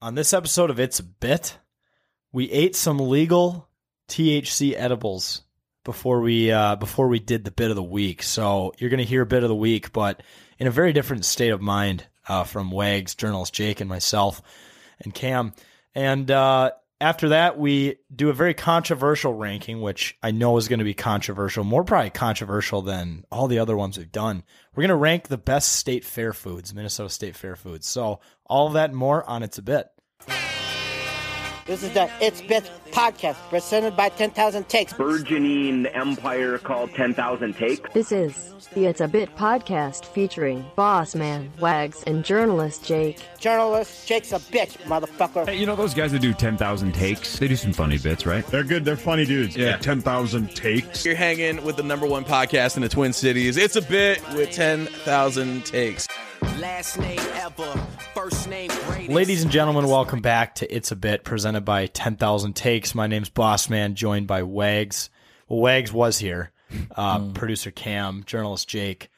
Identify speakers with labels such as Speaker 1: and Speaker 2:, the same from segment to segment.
Speaker 1: On this episode of It's a Bit, we ate some legal THC edibles before we uh, before we did the bit of the week. So you're going to hear a bit of the week, but in a very different state of mind uh, from Wags, journalist Jake, and myself, and Cam. And uh, after that, we do a very controversial ranking, which I know is going to be controversial, more probably controversial than all the other ones we've done. We're going to rank the best state fair foods, Minnesota state fair foods. So all of that and more on It's a Bit.
Speaker 2: This is the It's Bit podcast presented by 10,000 Takes.
Speaker 3: burgeoning empire called 10,000 Takes.
Speaker 4: This is the It's a Bit podcast featuring Boss Man, Wags, and journalist Jake.
Speaker 2: Journalist Jake's a bitch, motherfucker.
Speaker 5: Hey, you know those guys that do 10,000 takes? They do some funny bits, right?
Speaker 6: They're good. They're funny dudes.
Speaker 5: Yeah.
Speaker 6: 10,000 takes.
Speaker 7: You're hanging with the number one podcast in the Twin Cities. It's a bit with 10,000 takes.
Speaker 8: Last name ever, first name greatest.
Speaker 1: Ladies and gentlemen, welcome back to It's a Bit, presented by 10,000 Takes. My name's Boss Man, joined by Wags. Well, Wags was here, uh, producer Cam, journalist Jake.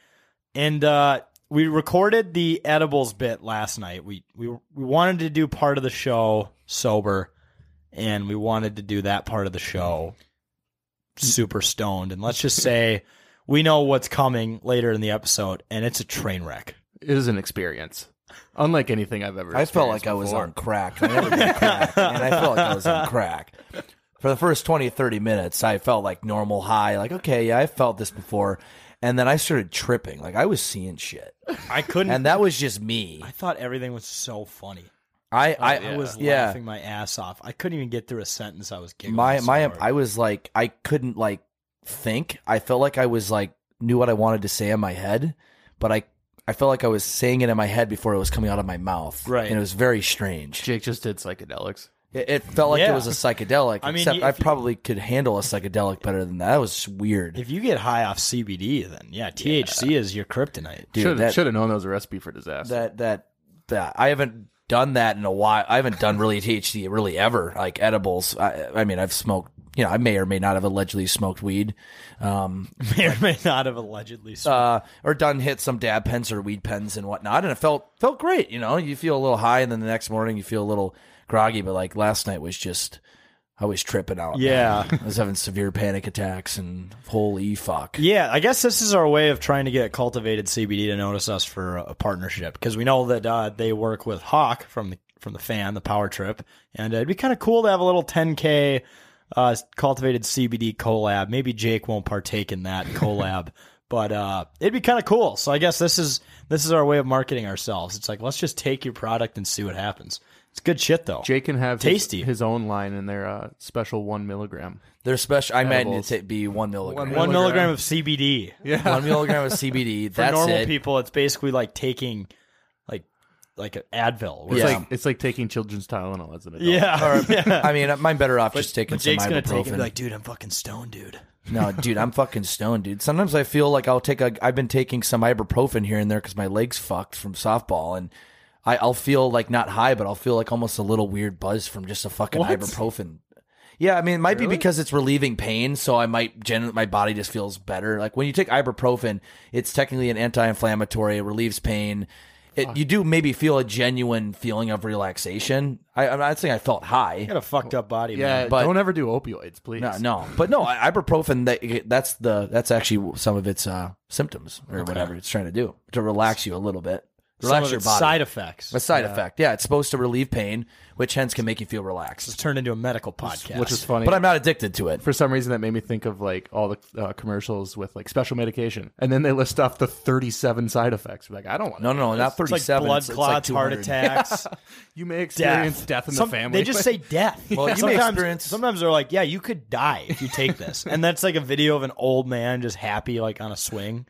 Speaker 1: And uh, we recorded the edibles bit last night. We, we, we wanted to do part of the show sober, and we wanted to do that part of the show super stoned. And let's just say we know what's coming later in the episode, and it's a train wreck.
Speaker 9: it is an experience, unlike anything I've ever.
Speaker 10: I felt like I was on crack. I never been crack, and I felt like I was on crack. For the first 20, 30 minutes, I felt like normal high, like, okay, yeah, I felt this before. And then I started tripping. Like, I was seeing shit.
Speaker 1: I couldn't.
Speaker 10: And that was just me.
Speaker 1: I thought everything was so funny.
Speaker 10: I, I,
Speaker 1: I, I was
Speaker 10: Oh, yeah.
Speaker 1: laughing my ass off. I couldn't even get through a sentence. I was giggling.
Speaker 10: my
Speaker 1: so
Speaker 10: my
Speaker 1: hard.
Speaker 10: I was like I couldn't like think. I felt like I was like knew what I wanted to say in my head, but I I felt like I was saying it in my head before it was coming out of my mouth.
Speaker 1: Right.
Speaker 10: and it was very strange.
Speaker 9: Jake just did psychedelics.
Speaker 10: It, it felt like
Speaker 1: Yeah.
Speaker 10: it was a psychedelic.
Speaker 1: I mean,
Speaker 10: except
Speaker 1: if
Speaker 10: I
Speaker 1: you-
Speaker 10: probably could handle a psychedelic better than that. That was weird,
Speaker 1: if you get high off CBD, then yeah, THC is your kryptonite.
Speaker 10: dude.
Speaker 9: Should
Speaker 10: that,
Speaker 9: have known that was a recipe for disaster.
Speaker 10: that that that I haven't done that in a while. I haven't done really THC really ever like edibles. I, I mean, I've smoked. You know, I may or may not have allegedly smoked weed. Um,
Speaker 1: May or may not have allegedly. smoked.
Speaker 10: uh, or done hit some dab pens or weed pens and whatnot, and it felt felt great. You know, you feel a little high, and then the next morning you feel a little groggy. But like last night was just, I was tripping out.
Speaker 1: Yeah.
Speaker 10: I was having severe panic attacks, and holy fuck.
Speaker 1: yeah, I guess this is our way of trying to get cultivated CBD to notice us for a partnership because we know that uh, they work with Hawk from the from the fan, the Power Trip, and uh, it'd be kind of cool to have a little 10k uh, cultivated CBD collab. Maybe Jake won't partake in that collab, but uh, it'd be kind of cool. So I guess this is this is our way of marketing ourselves. It's like let's just take your product and see what happens. It's good shit though.
Speaker 9: Jake can have his-
Speaker 1: Tasty.
Speaker 9: His, own line in their uh, special one milligram.
Speaker 10: They're special. I might need
Speaker 9: Edibles.
Speaker 10: to be one milligram.
Speaker 1: one
Speaker 10: One,
Speaker 1: milligram of CBD.
Speaker 10: milligram of CBD.
Speaker 1: For
Speaker 10: that's
Speaker 1: normal
Speaker 10: it.
Speaker 1: people, it's basically like taking like like an Advil. where
Speaker 9: It's
Speaker 1: it's
Speaker 10: Yeah.
Speaker 9: like it's like taking children's Tylenol as an adult.
Speaker 1: Yeah.
Speaker 10: I mean, mine better off just taking
Speaker 1: But Jake's
Speaker 10: some
Speaker 1: gonna
Speaker 10: ibuprofen.
Speaker 1: take it and be like, dude, I'm fucking stoned, dude.
Speaker 10: No, dude, I'm fucking stoned, dude. Sometimes I feel like I'll take a. I've been taking some ibuprofen here and there because my legs fucked from softball, and I, I'll feel like not high, but I'll feel like almost a little weird buzz from just a fucking ibuprofen. Yeah, I mean, it might be because it's relieving pain, so I might gen- my body just feels better. Like when you take ibuprofen, it's technically an anti-inflammatory. It relieves pain. It, you do maybe feel a genuine feeling of relaxation. I, I'm not saying I felt high.
Speaker 1: You got a fucked up body,
Speaker 9: yeah.
Speaker 1: man.
Speaker 10: But-
Speaker 9: don't ever do opioids, please.
Speaker 10: No, no, but no, i- ibuprofen. That, that's the that's actually some of its uh, symptoms or whatever it's trying to do to relax you a little bit, relax
Speaker 1: Some of
Speaker 10: your
Speaker 1: its
Speaker 10: body.
Speaker 1: Side effects.
Speaker 10: a side effect, yeah. It's supposed to relieve pain, which hence can make you feel
Speaker 1: It's
Speaker 10: relaxed.
Speaker 1: turned into a medical podcast.
Speaker 9: Which is funny.
Speaker 10: But I'm not addicted to it.
Speaker 9: for some reason that made me think of like all the uh, commercials with like special medication, and then they list off the 37 side effects. Like I don't want.
Speaker 10: No, no, no, not
Speaker 1: it's like
Speaker 10: 37.
Speaker 1: blood
Speaker 10: it's- it's like
Speaker 1: clots, heart
Speaker 10: 200.
Speaker 1: attacks,
Speaker 9: You may experience
Speaker 1: death.
Speaker 9: death, in the
Speaker 1: Some-
Speaker 9: family.
Speaker 1: They just say death.
Speaker 10: Well, you may
Speaker 1: sometimes,
Speaker 10: experience-
Speaker 1: sometimes they're like, yeah, you could die if you take this. and that's like a video of an old man just happy, like on a swing.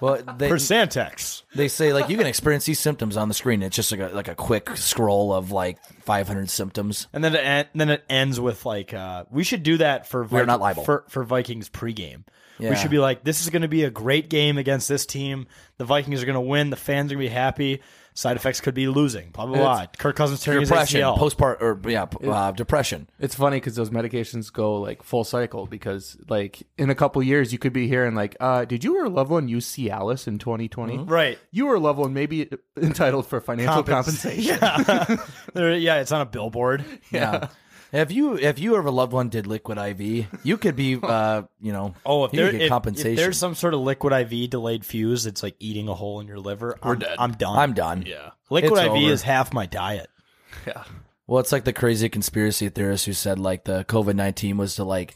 Speaker 10: Well, they
Speaker 1: Percentex.
Speaker 10: they say like you can experience these symptoms on the screen. It's just like a, like a quick scroll of like 500 symptoms.
Speaker 1: And then it en- then it ends with like uh, we should do that for
Speaker 10: We're not liable.
Speaker 1: for, for Vikings pregame.
Speaker 10: Yeah.
Speaker 1: We should be like, this is going to be a great game against this team. The Vikings are going to win. The fans are going to be happy. Side effects could be losing. Blah blah blah.
Speaker 9: It's-
Speaker 1: Kirk Cousins tearing his
Speaker 10: Depression,
Speaker 1: ACL.
Speaker 10: postpart, or yeah, p- uh, depression.
Speaker 9: It's funny because those medications go like full cycle because like in a couple years you could be hearing like, uh, did you or a loved one use Cialis in 2020?
Speaker 10: Mm-hmm.
Speaker 1: right.
Speaker 9: You or a loved one may be entitled for financial
Speaker 1: Compens-
Speaker 9: compensation.
Speaker 1: Yeah. There- yeah, it's on a billboard.
Speaker 10: Yeah. If you if you ever loved one did liquid IV, you could be uh you know
Speaker 1: Oh, if,
Speaker 10: you
Speaker 1: there,
Speaker 10: could
Speaker 1: if-
Speaker 10: get
Speaker 1: if
Speaker 10: compensation.
Speaker 1: there's some sort of liquid IV delayed fuse, it's like eating a hole in your liver. We're I'm,
Speaker 10: dead.
Speaker 1: I'm done.
Speaker 10: I'm done.
Speaker 1: Yeah. Liquid
Speaker 10: It's
Speaker 1: IV
Speaker 10: over.
Speaker 1: is half my diet.
Speaker 10: Well, it's like the crazy conspiracy theorist who said like the COVID nineteen was to like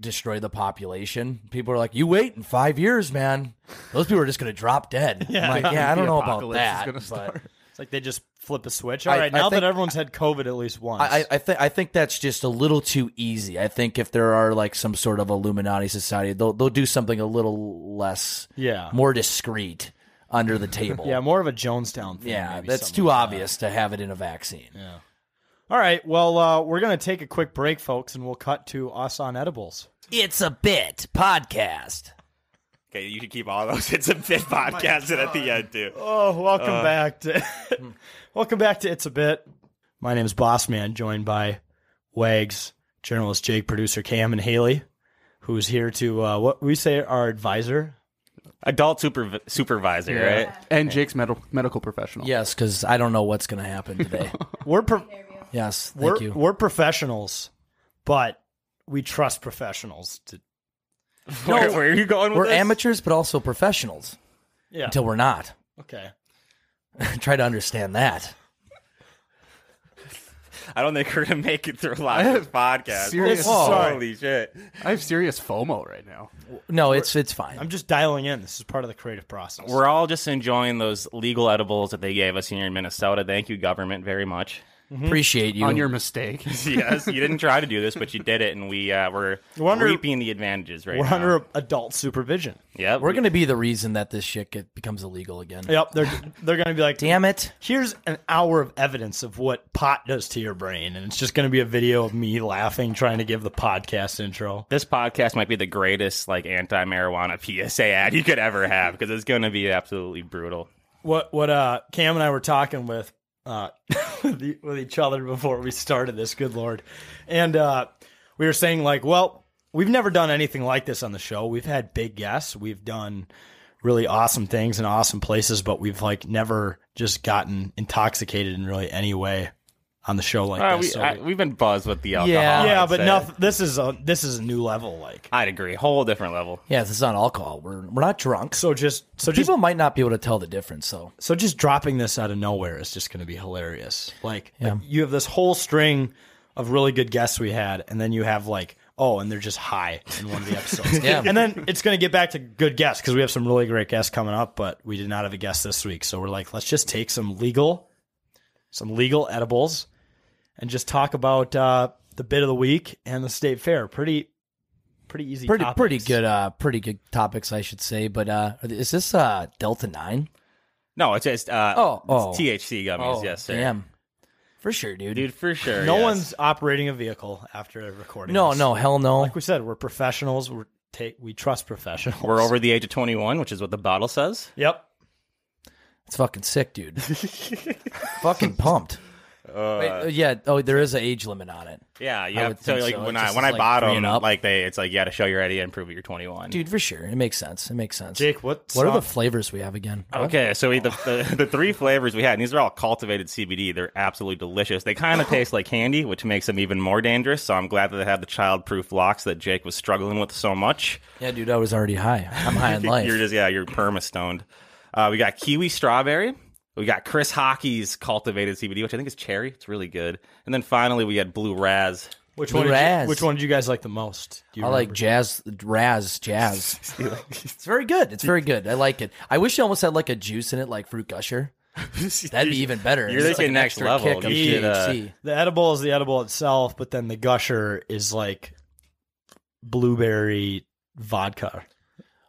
Speaker 10: destroy the population. People are like, you wait in five years, man. Those people are just gonna drop dead.
Speaker 1: Yeah.
Speaker 10: I'm like, yeah, I don't
Speaker 9: The
Speaker 10: know about
Speaker 9: apocalypse is
Speaker 10: that.
Speaker 9: gonna
Speaker 10: but-
Speaker 9: start.
Speaker 1: It's like they just flip a switch. All right,
Speaker 10: I- I
Speaker 1: now
Speaker 10: think-
Speaker 1: that everyone's had COVID at least once.
Speaker 10: I, I- I think I think that's just a little too easy. I think if there are like some sort of Illuminati society, they'll they'll do something a little less,
Speaker 1: Yeah.
Speaker 10: more discreet under the table.
Speaker 1: yeah, more of a Jonestown thing.
Speaker 10: yeah,
Speaker 1: maybe,
Speaker 10: that's
Speaker 1: something
Speaker 10: too
Speaker 1: like that.
Speaker 10: obvious to have it in a vaccine.
Speaker 1: All right, well, uh, we're gonna take a quick break, folks, and we'll cut to us on edibles.
Speaker 10: It's a bit podcast.
Speaker 11: Okay, you should keep all those. It's a bit
Speaker 8: Oh
Speaker 11: podcast at the end, dude.
Speaker 1: Oh, welcome
Speaker 10: Uh.
Speaker 1: back to
Speaker 10: Hmm.
Speaker 1: welcome back to it's a bit. My name is Boss Man, joined by Wags, journalist Jake, producer Cam, and Haley, who's here to uh, what we say our advisor.
Speaker 11: Adult supervi- supervisor, right?
Speaker 9: And Jake's medical medical professional.
Speaker 10: Yes, because I don't know what's going to happen today.
Speaker 1: We're pro-
Speaker 10: yes, thank
Speaker 1: we're
Speaker 10: you.
Speaker 1: we're professionals, but we trust professionals. To-
Speaker 11: Where, where are you going with
Speaker 10: We're
Speaker 11: this?
Speaker 10: amateurs, but also professionals
Speaker 1: yeah.
Speaker 10: until we're not.
Speaker 1: okay.
Speaker 10: Try to understand that.
Speaker 11: I don't think we're gonna make it through a lot of this podcast.
Speaker 9: serious-
Speaker 1: Whoa.
Speaker 11: Holy shit!
Speaker 9: I have serious FOMO right now.
Speaker 10: No, it's it's fine.
Speaker 1: I'm just dialing in. This is part of the creative process.
Speaker 11: We're all just enjoying those legal edibles that they gave us here in Minnesota. Thank you, government, very much.
Speaker 10: Appreciate you.
Speaker 9: On your mistake.
Speaker 11: yes, you didn't try to do this, but you did it, and we uh, we're
Speaker 1: We're under-
Speaker 11: reaping the advantages right
Speaker 1: We're
Speaker 11: now.
Speaker 1: under adult supervision.
Speaker 11: yep,
Speaker 10: we're going to be the reason that this shit get, becomes illegal again.
Speaker 1: Yep, they're they're gonna be like,
Speaker 10: Damn it.
Speaker 1: here's an hour of evidence of what pot does to your brain, and it's just gonna be a video of me laughing trying to give the podcast intro.
Speaker 11: This podcast might be the greatest like anti-marijuana PSA ad you could ever have because it's going to be absolutely brutal.
Speaker 1: What what uh Cam and I were talking with uh with, e- with each other before we started this, good lord, and uh we were saying like, well, we've never done anything like this on the show. We've had big guests, we've done really awesome things in awesome places, but we've like never just gotten intoxicated in really any way on the show like
Speaker 11: Uh,
Speaker 1: this.
Speaker 11: we,
Speaker 1: so-
Speaker 11: I, we've been buzzed with the alcohol.
Speaker 10: Yeah.
Speaker 1: yeah,
Speaker 11: I'd
Speaker 1: but
Speaker 11: say.
Speaker 1: nothing. This is a this is a new level. Like
Speaker 11: I'd agree, whole different level.
Speaker 10: Yeah, this is not alcohol. We're we're not drunk.
Speaker 1: so, just so just
Speaker 10: People might not be able to tell the difference. So
Speaker 1: so just dropping this out of nowhere is just going to be hilarious. Like, like, you have this whole string of really good guests we had, and then you have like oh, and they're just high in one of the episodes.
Speaker 10: Yeah.
Speaker 1: and then it's going to get back to good guests because we have some really great guests coming up, but we did not have a guest this week, so we're like, let's just take some legal, some legal edibles, and just talk about uh, the bit of the week and the state fair. Pretty. Pretty easy.
Speaker 10: pretty
Speaker 1: topics.
Speaker 10: pretty good uh pretty good topics I should say. But uh are th- is this uh Delta Nine?
Speaker 11: No, it's just uh,
Speaker 10: Oh,
Speaker 11: it's
Speaker 10: oh.
Speaker 11: THC gummies. yes, sir.
Speaker 10: damn. For sure, dude.
Speaker 11: dude, for sure.
Speaker 1: No
Speaker 11: yes.
Speaker 1: one's operating a vehicle after recording.
Speaker 10: No,
Speaker 1: this.
Speaker 10: no, hell no.
Speaker 1: Like we said, we're professionals. We take we trust professionals.
Speaker 11: We're over the age of twenty-one, which is what the bottle says.
Speaker 1: Yep.
Speaker 10: It's fucking sick, dude. fucking pumped. Wait, uh, yeah. Oh, there is an age limit on it,
Speaker 11: Yeah, you
Speaker 10: I
Speaker 11: have
Speaker 10: would
Speaker 11: to
Speaker 10: think
Speaker 11: like
Speaker 10: so. It
Speaker 11: when I
Speaker 10: just
Speaker 11: when
Speaker 10: is,
Speaker 11: I
Speaker 10: like,
Speaker 11: bought
Speaker 10: free
Speaker 11: them,
Speaker 10: and up.
Speaker 11: like they, it's like you got to show you're ready and prove that you're twenty-one,
Speaker 10: dude. For sure, it makes sense. It makes sense.
Speaker 1: Jake, what?
Speaker 10: what are the
Speaker 1: song-
Speaker 10: flavors we have again?
Speaker 11: Okay, so we, the, the the three flavors we had, and these are all cultivated CBD. They're absolutely delicious. They kind of taste like candy, which makes them even more dangerous. So I'm glad that they have the child-proof locks that Jake was struggling with so much.
Speaker 10: Yeah, dude, I was already high. I'm high on life.
Speaker 11: You're just yeah, you're perma stoned. Uh, we got kiwi strawberry. We got Chris Hockey's cultivated CBD, which I think is cherry. It's really good. And then finally, we had blue raz.
Speaker 1: Which one? Did
Speaker 10: Raz.
Speaker 1: you, which one did you guys like the most? Do you
Speaker 10: I like
Speaker 1: remember?
Speaker 10: jazz, Raz, jazz. it's very good. It's very good. I like it. I wish it almost had like a juice in it, like fruit gusher. That'd be even better.
Speaker 11: You're
Speaker 10: It's
Speaker 11: thinking
Speaker 10: like an
Speaker 11: next
Speaker 10: extra
Speaker 11: level.
Speaker 10: kick of
Speaker 11: You should, uh,
Speaker 10: THC.
Speaker 1: the edible is the edible itself, but then the gusher is like blueberry vodka.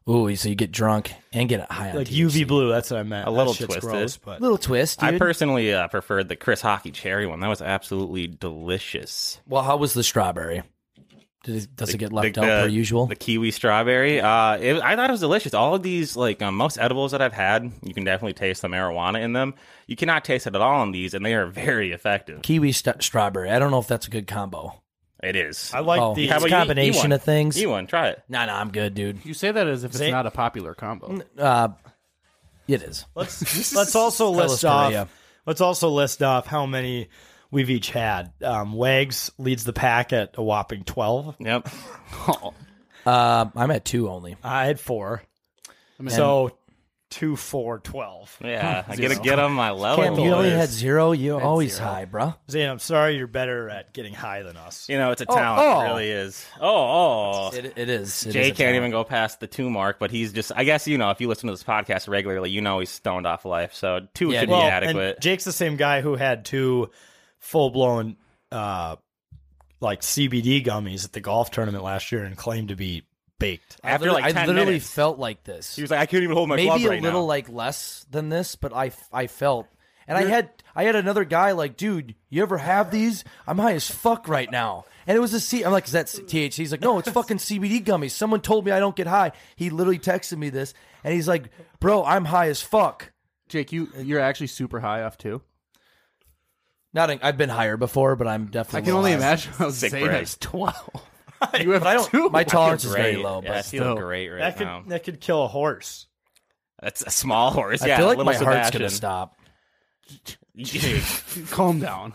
Speaker 10: Ooh, so you get drunk and get high on
Speaker 1: Like
Speaker 10: THC.
Speaker 1: UV blue, that's what I meant.
Speaker 10: A little
Speaker 1: that shit's
Speaker 10: twisted.
Speaker 1: gross, but
Speaker 10: Little twist,
Speaker 11: I
Speaker 10: dude.
Speaker 11: personally uh, preferred the Chris Hockey cherry one. That was absolutely delicious.
Speaker 10: Well, how was the strawberry? Does it, does it get left
Speaker 11: the,
Speaker 10: out per
Speaker 11: the-
Speaker 10: usual?
Speaker 11: The kiwi strawberry. Uh, it, I thought it was delicious. All of these, like um, most edibles that I've had, you can definitely taste the marijuana in them. You cannot taste it at all in these, and they are very effective.
Speaker 10: Kiwi st- strawberry. I don't know if that's a good combo.
Speaker 11: It is.
Speaker 10: I like Oh, the- it's a combination of things.
Speaker 11: You E one, try it.
Speaker 10: No, no, I'm good, dude.
Speaker 9: You say that as if it's
Speaker 10: Zay-
Speaker 9: not a popular combo.
Speaker 10: Uh, it is.
Speaker 1: Let's let's also list
Speaker 10: Carlos
Speaker 1: off.
Speaker 10: Correa.
Speaker 1: Let's also list off how many we've each had. Um, Wags leads the pack at a whopping twelve.
Speaker 11: Yep.
Speaker 10: Uh, I'm at two only.
Speaker 1: I had four.
Speaker 10: mean-
Speaker 1: so two, four, twelve.
Speaker 11: Yeah, I gotta get on my level.
Speaker 10: Cam, you only
Speaker 11: boys.
Speaker 10: had zero. You're
Speaker 1: Had
Speaker 10: always
Speaker 1: zero.
Speaker 10: high, bro.
Speaker 1: Zane, I'm sorry you're better at getting high than us.
Speaker 11: You know, it's a
Speaker 1: Oh,
Speaker 11: talent.
Speaker 1: oh.
Speaker 11: It really is. Oh, oh.
Speaker 10: It, it is. It
Speaker 11: Jay
Speaker 10: is a
Speaker 11: can't
Speaker 10: talent.
Speaker 11: even go past the two mark, but he's just, I guess, you know, if you listen to this podcast regularly, you know he's stoned off life. So two should
Speaker 1: Well,
Speaker 11: be
Speaker 1: and
Speaker 11: adequate.
Speaker 1: Jake's the same guy who had two full blown uh, like CBD gummies at the golf tournament last year and claimed to be baked.
Speaker 10: I literally- I literally felt like this.
Speaker 11: He was like, I couldn't even hold my
Speaker 10: maybe
Speaker 11: glove
Speaker 10: a
Speaker 11: right
Speaker 10: little
Speaker 11: now.
Speaker 10: like less than this, but I I felt and I
Speaker 11: You're-
Speaker 10: had I had another guy like, dude, you ever have these? I'm high as fuck right now. And it was a C. I'm like, is that THC? He's like, no, it's fucking CBD gummies. Someone told me I don't get high. He literally texted me this, and he's like, bro, I'm high as fuck.
Speaker 9: Jake, you you're actually super high off too.
Speaker 10: Not, i I've been higher before, but I'm definitely.
Speaker 9: I can only
Speaker 10: high.
Speaker 9: imagine how
Speaker 10: Sick
Speaker 9: Zane
Speaker 10: break.
Speaker 9: has twelve. You have
Speaker 10: But I don't-
Speaker 9: two?
Speaker 10: my tolerance
Speaker 11: You're
Speaker 10: is very
Speaker 11: great.
Speaker 10: low, but
Speaker 11: Yeah, I feel
Speaker 10: still.
Speaker 11: great right
Speaker 1: that could
Speaker 11: now.
Speaker 1: that could kill a horse.
Speaker 11: That's a small horse.
Speaker 10: I
Speaker 11: yeah,
Speaker 10: feel like
Speaker 11: little
Speaker 10: my heart's
Speaker 11: Sebastian.
Speaker 10: gonna stop.
Speaker 11: Dude,
Speaker 9: Calm down.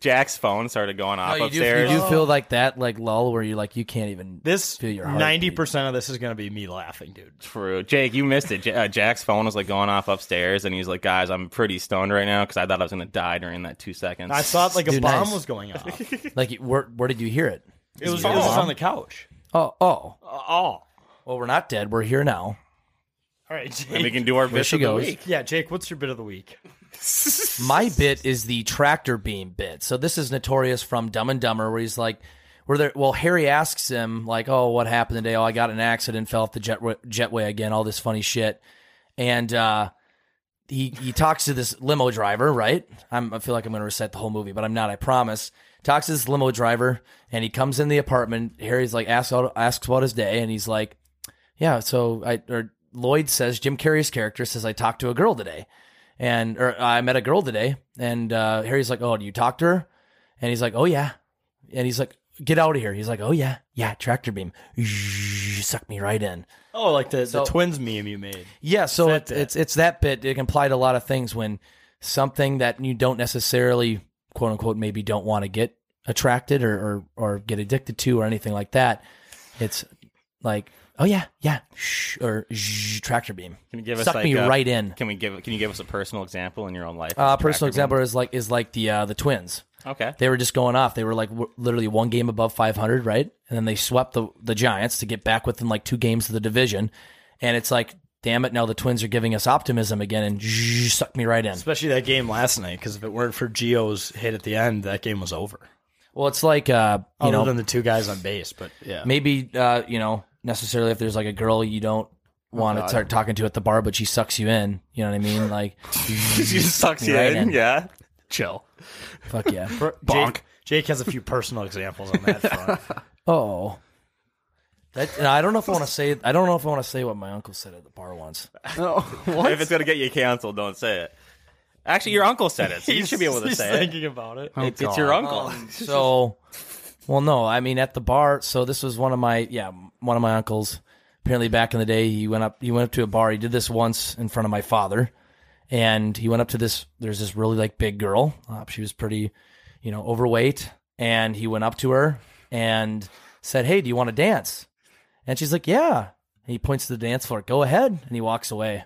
Speaker 11: Jack's phone started going
Speaker 10: No,
Speaker 11: off
Speaker 10: you, do,
Speaker 11: upstairs.
Speaker 10: you do feel like that, like lull, where you like you can't even
Speaker 1: This
Speaker 10: feel your heart.
Speaker 1: ninety percent of this is going to be me laughing, dude.
Speaker 11: True, Jake, you missed it. Ja- uh, Jack's phone was like going off upstairs, and he's like, "Guys, I'm pretty stoned right now because I thought I was gonna die during that two seconds."
Speaker 1: I thought like a
Speaker 10: Dude,
Speaker 1: bomb
Speaker 10: nice.
Speaker 1: was going off. it
Speaker 10: Like, you- where where did you hear it?
Speaker 1: was, it was on the couch.
Speaker 10: Oh, oh.
Speaker 11: Uh,
Speaker 1: Oh,
Speaker 10: Well, we're not dead. We're here now.
Speaker 1: all right, Jake.
Speaker 11: and we can do our
Speaker 10: There
Speaker 11: bit
Speaker 10: she
Speaker 11: of the
Speaker 10: goes.
Speaker 11: week.
Speaker 1: Yeah, Jake, what's your bit of the week?
Speaker 10: My bit is the tractor beam bit. So this is notorious from Dumb and Dumber, where he's like, where there. Well, Harry asks him like, "Oh, what happened today? Oh, I got in an accident, fell off the jet jetway again. All this funny shit." And uh, he he talks to this limo driver, right? I'm, I feel like I'm going to recite the whole movie, but I'm not. I promise. Talks to this limo driver, and he comes in the apartment. Harry's like asks out- asks about his day, and he's like, "Yeah." So I or Lloyd says Jim Carrey's character says I talked to a girl today, and or uh, I met a girl today, and uh, Harry's like, "Oh, do you talk to her?" And he's like, "Oh yeah," and he's like, "Get out of here." He's like, "Oh yeah, yeah." Tractor beam, suck me right in.
Speaker 1: Oh, like the,
Speaker 10: So-
Speaker 1: the twins meme you made.
Speaker 10: Yeah, so
Speaker 1: that
Speaker 10: it's,
Speaker 1: bit.
Speaker 10: it's it's that bit. It can apply to a lot of things when something that you don't necessarily quote unquote maybe don't want to get attracted or, or or get addicted to or anything like that. It's like, oh yeah, yeah, shh, or shh, tractor beam.
Speaker 11: Can you give us
Speaker 10: suck
Speaker 11: like,
Speaker 10: me
Speaker 11: a-
Speaker 10: right in?
Speaker 11: Can we give? Can you give us a personal example in your own life?
Speaker 10: Uh,
Speaker 11: Of
Speaker 10: personal
Speaker 11: tractor
Speaker 10: example is like is like the uh, the twins.
Speaker 11: beam? Okay.
Speaker 10: They were just going off. They were like w- literally one game above 500, right? And then they swept the the Giants to get back within like two games of the division. And it's like, damn it, now the Twins are giving us optimism again and zzzz, suck me right in.
Speaker 1: Especially that game last night, because if it weren't for Geo's hit at the end, that game was over.
Speaker 10: Well, it's like uh, you
Speaker 1: Other
Speaker 10: know,
Speaker 1: than Oh, the two guys on base, but yeah,
Speaker 10: maybe uh, you know, necessarily if there's like a girl you don't
Speaker 11: Oh,
Speaker 10: want to start talking to at the bar, but she sucks you in. You know what I mean? Like,
Speaker 11: She sucks you
Speaker 10: Right
Speaker 11: in.
Speaker 10: in.
Speaker 11: Yeah.
Speaker 1: chill.
Speaker 10: fuck yeah.
Speaker 1: Jake, Jake has a few personal examples on that front.
Speaker 10: Oh. That, and I don't know if I want to say. I don't know if I want to say what my uncle said at the bar once.
Speaker 9: No, what?
Speaker 11: If it's gonna get you canceled, don't say it. Actually, your uncle said it, so you should be able to
Speaker 1: He's
Speaker 11: say it.
Speaker 1: thinking about
Speaker 10: Oh,
Speaker 1: it. Um,
Speaker 11: It's, it's your uncle.
Speaker 10: So, well, no, I mean at the bar. So this was one of my yeah one of my uncles. Apparently back in the day, he went up he went up to a bar. He did this once in front of my father, and he went up to this. There's this really like big girl. Uh, she was pretty, you know, overweight, and he went up to her and said, "Hey, do you want to dance?" And she's like, "Yeah." And he points to the dance floor. Go ahead, and he walks away.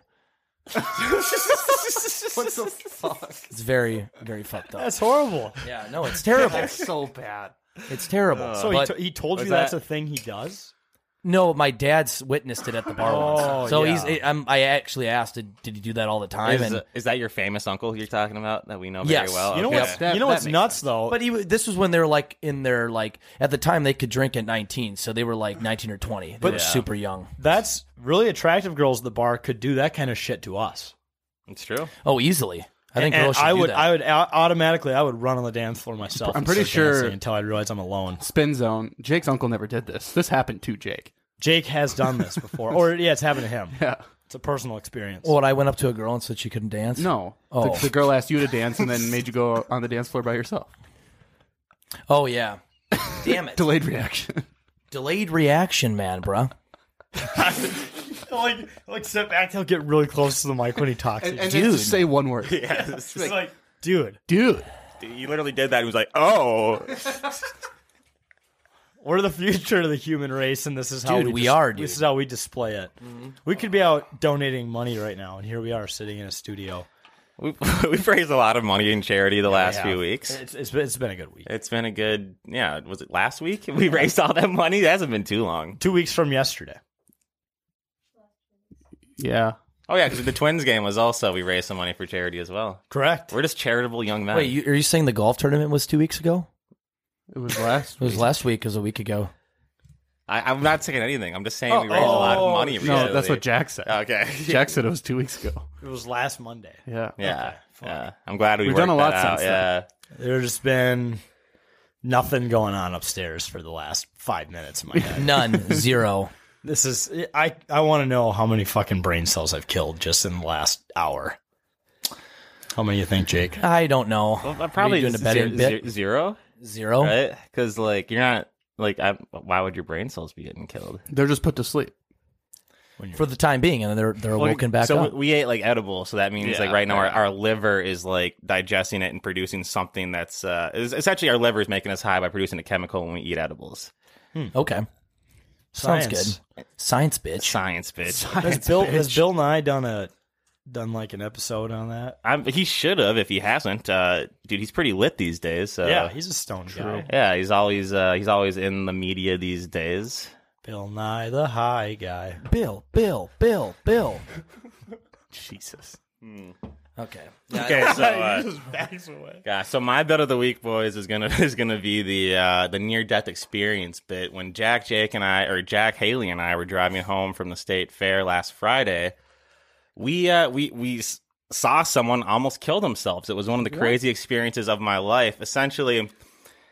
Speaker 9: what the fuck?
Speaker 10: It's very very fucked up.
Speaker 1: That's horrible.
Speaker 10: yeah, no, it's terrible.
Speaker 9: so bad.
Speaker 10: It's terrible.
Speaker 1: so
Speaker 11: Uh.
Speaker 10: But-
Speaker 1: he, t- he told you
Speaker 11: that-
Speaker 1: that's a thing he does.
Speaker 10: No, my dad's witnessed it at the bar
Speaker 11: Oh,
Speaker 10: once. So
Speaker 11: yeah.
Speaker 10: he's. I'm, I actually asked, "Did did he do that all the time?"
Speaker 11: Is,
Speaker 10: and
Speaker 11: is that your famous uncle you're talking about that we know
Speaker 10: yes,
Speaker 11: very well?
Speaker 10: You know
Speaker 11: Oh, Okay.
Speaker 10: what's
Speaker 1: you know what's nuts though?
Speaker 10: But he, w- this was when they were like in their like at the time they could drink at 19, so they were like 19 or 20. They
Speaker 1: But-
Speaker 10: were
Speaker 1: Yeah.
Speaker 10: super young.
Speaker 1: That's really attractive girls at the bar could do that kind of shit to us.
Speaker 11: It's true.
Speaker 10: Oh, easily. I think
Speaker 1: And-
Speaker 10: girls
Speaker 1: and
Speaker 10: should
Speaker 1: I
Speaker 10: do
Speaker 1: would,
Speaker 10: that.
Speaker 1: I would au- automatically, I would run on the dance floor myself.
Speaker 9: I'm
Speaker 1: and
Speaker 9: pretty
Speaker 1: start dancing
Speaker 9: sure-
Speaker 1: until I realize I'm alone.
Speaker 9: Spin zone. Jake's uncle never did this. This happened to Jake.
Speaker 1: Jake has done this before, or yeah, it's happened to him.
Speaker 9: Yeah,
Speaker 1: it's a personal experience.
Speaker 10: What I went up to a girl and said she couldn't dance.
Speaker 9: No.
Speaker 10: Oh.
Speaker 9: The, the girl asked you to dance and then made you go on the dance floor by yourself.
Speaker 10: Oh yeah. Damn it.
Speaker 9: Delayed reaction.
Speaker 10: Delayed reaction, man, bruh.
Speaker 1: like, like sit back. He'll get really close to the mic when he talks.
Speaker 9: And, and then just say one word.
Speaker 11: Yes.
Speaker 1: It's like, dude,
Speaker 9: dude.
Speaker 11: He literally did that. He was like, "Oh,
Speaker 1: We're the future of the human race, and this is how
Speaker 10: Dude,
Speaker 1: we,
Speaker 10: we
Speaker 1: dis-
Speaker 10: are,
Speaker 1: This
Speaker 10: dude.
Speaker 1: is how we display it.
Speaker 9: Mm-hmm.
Speaker 1: We could be out donating money right now, and here we are sitting in a studio.
Speaker 11: we've, we've raised a lot of money in charity the last few weeks.
Speaker 1: It's, it's been it's been a good week.
Speaker 11: It's been a good, yeah. Was it last week? We raised all that money. That hasn't been too long.
Speaker 1: Two weeks from yesterday.
Speaker 9: Yeah.
Speaker 11: Oh yeah, because the Twins game was also we raised some money for charity as well.
Speaker 1: Correct.
Speaker 11: We're just charitable young men.
Speaker 10: Wait, you, are you saying the golf tournament was two weeks ago?
Speaker 9: It was last.
Speaker 10: It was last week. It was a week ago.
Speaker 11: I, I'm not saying anything. I'm just saying we
Speaker 1: Oh,
Speaker 11: raised a lot
Speaker 1: oh,
Speaker 11: of money.
Speaker 9: No, that's
Speaker 11: recently.
Speaker 9: what Jack said.
Speaker 11: Okay.
Speaker 9: Jack said it was two weeks ago.
Speaker 1: It was last Monday.
Speaker 9: Yeah.
Speaker 11: Yeah, yeah. I'm glad we
Speaker 9: We've done
Speaker 11: worked
Speaker 9: a lot
Speaker 11: that out,
Speaker 9: since
Speaker 11: Yeah.
Speaker 9: then.
Speaker 1: There's been nothing going on upstairs for the last five minutes of my head.
Speaker 10: None. Zero.
Speaker 1: This is I. I want to know how many fucking brain cells I've killed just in the last hour. How many you think, Jake?
Speaker 10: I don't know.
Speaker 11: Well, I'm
Speaker 10: Are
Speaker 11: probably
Speaker 10: you doing a betting
Speaker 11: zero,
Speaker 10: bit?
Speaker 11: zero,
Speaker 10: Zero.
Speaker 11: right? Because like you're not like I, why would your brain cells be getting killed?
Speaker 9: They're just put to sleep.
Speaker 10: For the time being, and then they're they're woken back
Speaker 11: so
Speaker 10: up.
Speaker 11: we, we ate like edible, so that means
Speaker 5: Yeah,
Speaker 11: like right now
Speaker 5: yeah.
Speaker 11: our, our liver is like digesting it and producing something that's uh is essentially our liver is making us high by producing a chemical when we eat edibles.
Speaker 10: okay. Sounds good. Science, bitch.
Speaker 11: Science, bitch.
Speaker 1: Has Bill has Bill Nye done a done like an episode on that?
Speaker 11: I'm, he should have if he hasn't. Uh, dude, he's pretty lit these days.
Speaker 10: Uh,
Speaker 11: So.
Speaker 1: yeah, he's a stone guy.
Speaker 11: yeah, he's always uh, he's always in the media these days.
Speaker 1: Bill Nye the high guy.
Speaker 10: Bill, Bill, Bill, Bill.
Speaker 9: Jesus.
Speaker 10: Okay.
Speaker 11: Okay, so uh, gosh, so my bit of the week, boys, is gonna is gonna be the uh, the near death experience bit. When Jack, Jake, and I, or Jack Haley and I, were driving home from the state fair last Friday, we uh, we we s- saw someone almost kill themselves. It was one of the crazy experiences of my life. Essentially,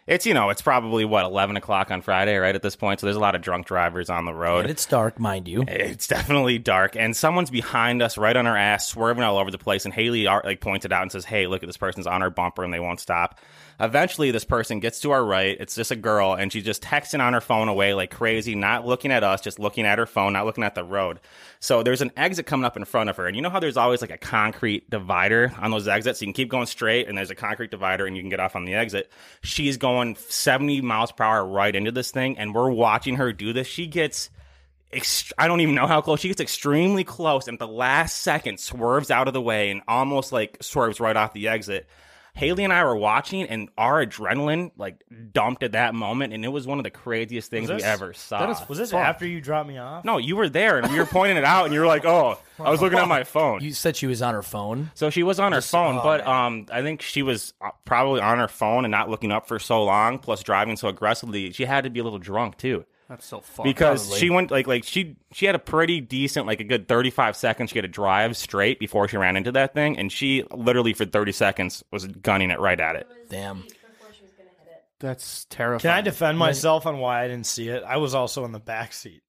Speaker 11: it's you know it's probably what eleven o'clock on Friday, right at this point. So there's a lot of drunk drivers on the road.
Speaker 10: And it's dark, mind you.
Speaker 11: It's definitely dark, and someone's behind us, right on our ass, swerving all over the place. And Haley ar- like points it out and says, "Hey, look at this person's on our bumper, and they won't stop." Eventually, this person gets to our right. It's just a girl, and she's just texting on her phone away like crazy, not looking at us, just looking at her phone, not looking at the road. So there's an exit coming up in front of her, and you know how there's always like a concrete divider on those exits. You can keep going straight, and there's a concrete divider, and you can get off on the exit. She's going 70 miles per hour right into this thing, and we're watching her do this. She gets ext- I don't even know how close she gets extremely close and at the last second swerves out of the way and almost like swerves right off the exit. Haley and I were watching and our adrenaline like dumped at that moment and it was one of the craziest things we ever saw.
Speaker 1: was this after you dropped me off?
Speaker 11: no, you were there and we were pointing it out and you were like, "Oh, I was looking at my phone."
Speaker 10: You said she was on her phone.
Speaker 11: So she was on her phone,
Speaker 10: oh,
Speaker 11: but um, I think she was uh, probably on her phone and not looking up for so long, plus driving so aggressively. She had to be a little drunk too
Speaker 9: That's so fun.
Speaker 11: because she went like like she she had a pretty decent like a good 35 seconds she had to drive straight before she ran into that thing and she literally for 30 seconds was gunning it right at it
Speaker 10: Damn.
Speaker 9: That's terrifying.
Speaker 1: Can I defend myself on why I didn't see it? I was also in the back seat.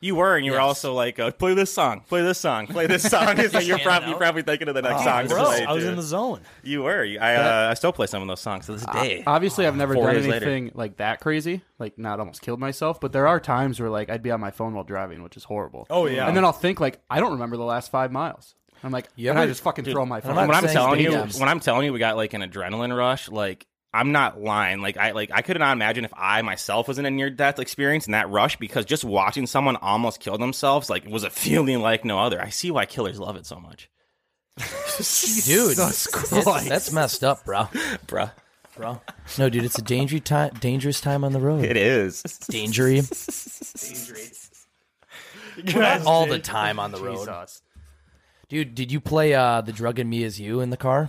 Speaker 11: you were and you were also like uh, play this song play this song play this song it's like you're probably, you're probably thinking of the next song to
Speaker 1: Bro,
Speaker 11: play,
Speaker 1: I was in
Speaker 11: too.
Speaker 1: the zone.
Speaker 11: you were You- i uh, i still play some of those songs to this day
Speaker 9: Obviously, I've never
Speaker 11: Four
Speaker 9: done
Speaker 11: years later.
Speaker 9: anything like that crazy, like not almost killed myself. But there are times where like I'd be on my phone while driving, which is horrible.
Speaker 1: Oh, yeah.
Speaker 9: and then I'll think like I don't remember the last five miles. I'm like, yeah, and I
Speaker 10: ever-
Speaker 9: just fucking throw my phone.
Speaker 10: not
Speaker 11: when I'm
Speaker 10: saying
Speaker 11: telling you,
Speaker 10: speed bumps.
Speaker 11: when I'm telling you, we got like an adrenaline rush. Like I'm not lying. Like I like I could not imagine if I myself was in a near death experience in that rush because just watching someone almost kill themselves like was a feeling like no other. I see why killers love it so much,
Speaker 10: Dude. It's- That's messed up, bro.
Speaker 11: bruh.
Speaker 10: Bro. No, dude, it's a dangerous time dangerous time on the road.
Speaker 11: It is.
Speaker 10: Dangery. We're not all the time on the road. Dude, did you play uh, The Drug in Me Is You in the car?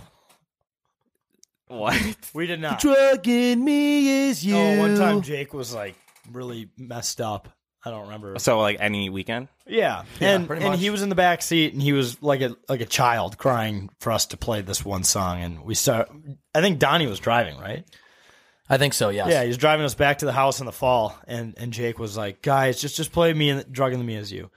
Speaker 11: What?
Speaker 1: We did not.
Speaker 10: Drug in me is you.
Speaker 11: Oh,
Speaker 1: No, one time Jake was like really messed up. I don't remember.
Speaker 11: So like any weekend?
Speaker 1: Yeah,
Speaker 11: Yeah,
Speaker 1: and
Speaker 11: pretty
Speaker 1: and
Speaker 11: much.
Speaker 1: he was in the back seat, and he was like a like a child crying for us to play this one song, and we start. I think Donnie was driving, right?
Speaker 10: I think so. Yes.
Speaker 1: Yeah, he was driving us back to the house in the fall, and and Jake was like, "Guys, just just play me and drugging the me as you."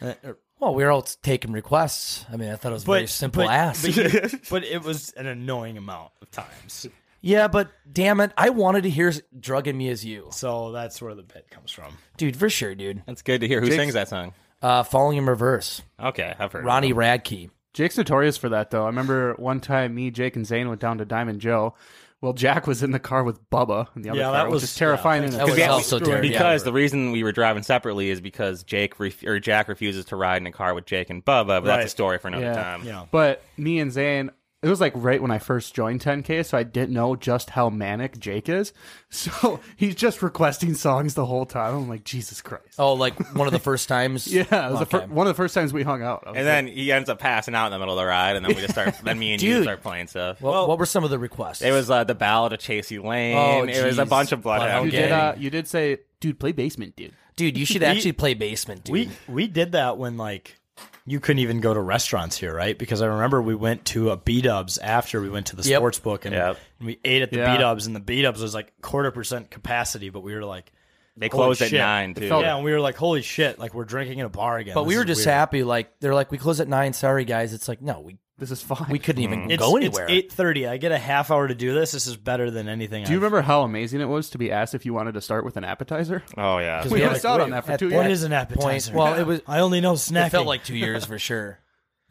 Speaker 1: And-
Speaker 10: Well, we were all taking requests. I mean, I thought it was very simple
Speaker 1: but-
Speaker 10: ask.
Speaker 1: But, he- but it was an annoying amount of times.
Speaker 10: yeah, but damn it, I wanted to hear "Drugging Me Is You."
Speaker 1: So that's where the bit comes from.
Speaker 10: dude, for sure, dude.
Speaker 11: That's good to hear. Who sings that song?
Speaker 10: Uh, Falling in Reverse.
Speaker 11: Okay, I've heard.
Speaker 10: Ronnie Radke.
Speaker 9: Jake's notorious for that, though. I remember one time me, Jake, and Zane went down to Diamond Joe. Well, Jack was in the car with Bubba in the other
Speaker 11: Yeah,
Speaker 9: car,
Speaker 11: that
Speaker 9: which
Speaker 11: was-
Speaker 9: is terrifying. in
Speaker 11: Because-
Speaker 9: itself.
Speaker 11: Because the reason we were driving separately is because Jake ref- or Jack refuses to ride in a car with Jake and Bubba. But that's
Speaker 9: Right.
Speaker 11: a story for another time.
Speaker 9: But me and Zane, it was like right when I first joined 10K, so I didn't know just how manic Jake is. So he's just requesting songs the whole time. I'm like, Jesus Christ.
Speaker 10: Oh, like one of the first times.
Speaker 9: Yeah, it was the
Speaker 11: Okay.
Speaker 9: fir- one of the first times we hung out. I was
Speaker 11: And
Speaker 9: like,
Speaker 11: then he ends up passing out in the middle of the ride, and then we just start. then me and you
Speaker 10: Dude.
Speaker 11: start playing stuff.
Speaker 10: What, what were some of the requests?
Speaker 11: It was uh, the Ballad of Chasey Lane.
Speaker 10: Oh,
Speaker 11: it was a
Speaker 10: jeez.
Speaker 11: bunch of
Speaker 10: Bloodhound
Speaker 11: bloodhound.
Speaker 9: you did, uh, you did say, dude, play basement, dude.
Speaker 10: Dude, you should
Speaker 1: We-
Speaker 10: actually play basement, dude.
Speaker 1: We we did that when like you couldn't even go to restaurants here, right? Because I remember we went to a B Dubs after we went to the
Speaker 10: Yep.
Speaker 1: sports book and, and we ate at the
Speaker 10: Yeah.
Speaker 1: B Dubs and the B Dubs was like quarter percent capacity, but we were like
Speaker 11: They
Speaker 1: "Holy
Speaker 11: closed at
Speaker 1: shit."
Speaker 11: nine, too.
Speaker 1: yeah, and we were like, holy shit, like we're drinking in a bar again.
Speaker 10: but
Speaker 1: This
Speaker 10: we were
Speaker 1: is
Speaker 10: just
Speaker 1: weird.
Speaker 10: happy. Like they're like, we close at nine. Sorry, guys. It's like no, we
Speaker 9: this is fine.
Speaker 10: We couldn't even
Speaker 1: It's,
Speaker 10: go anywhere.
Speaker 1: It's eight thirty. I get a half hour to do this. This is better than anything.
Speaker 9: Do you remember how amazing it was to be asked if you wanted to start with an appetizer?
Speaker 11: Oh yeah,
Speaker 9: we missed out on that for two years.
Speaker 1: What is an appetizer?
Speaker 10: well, it was.
Speaker 1: I only know
Speaker 10: It felt
Speaker 1: snacking.
Speaker 10: like two years for sure.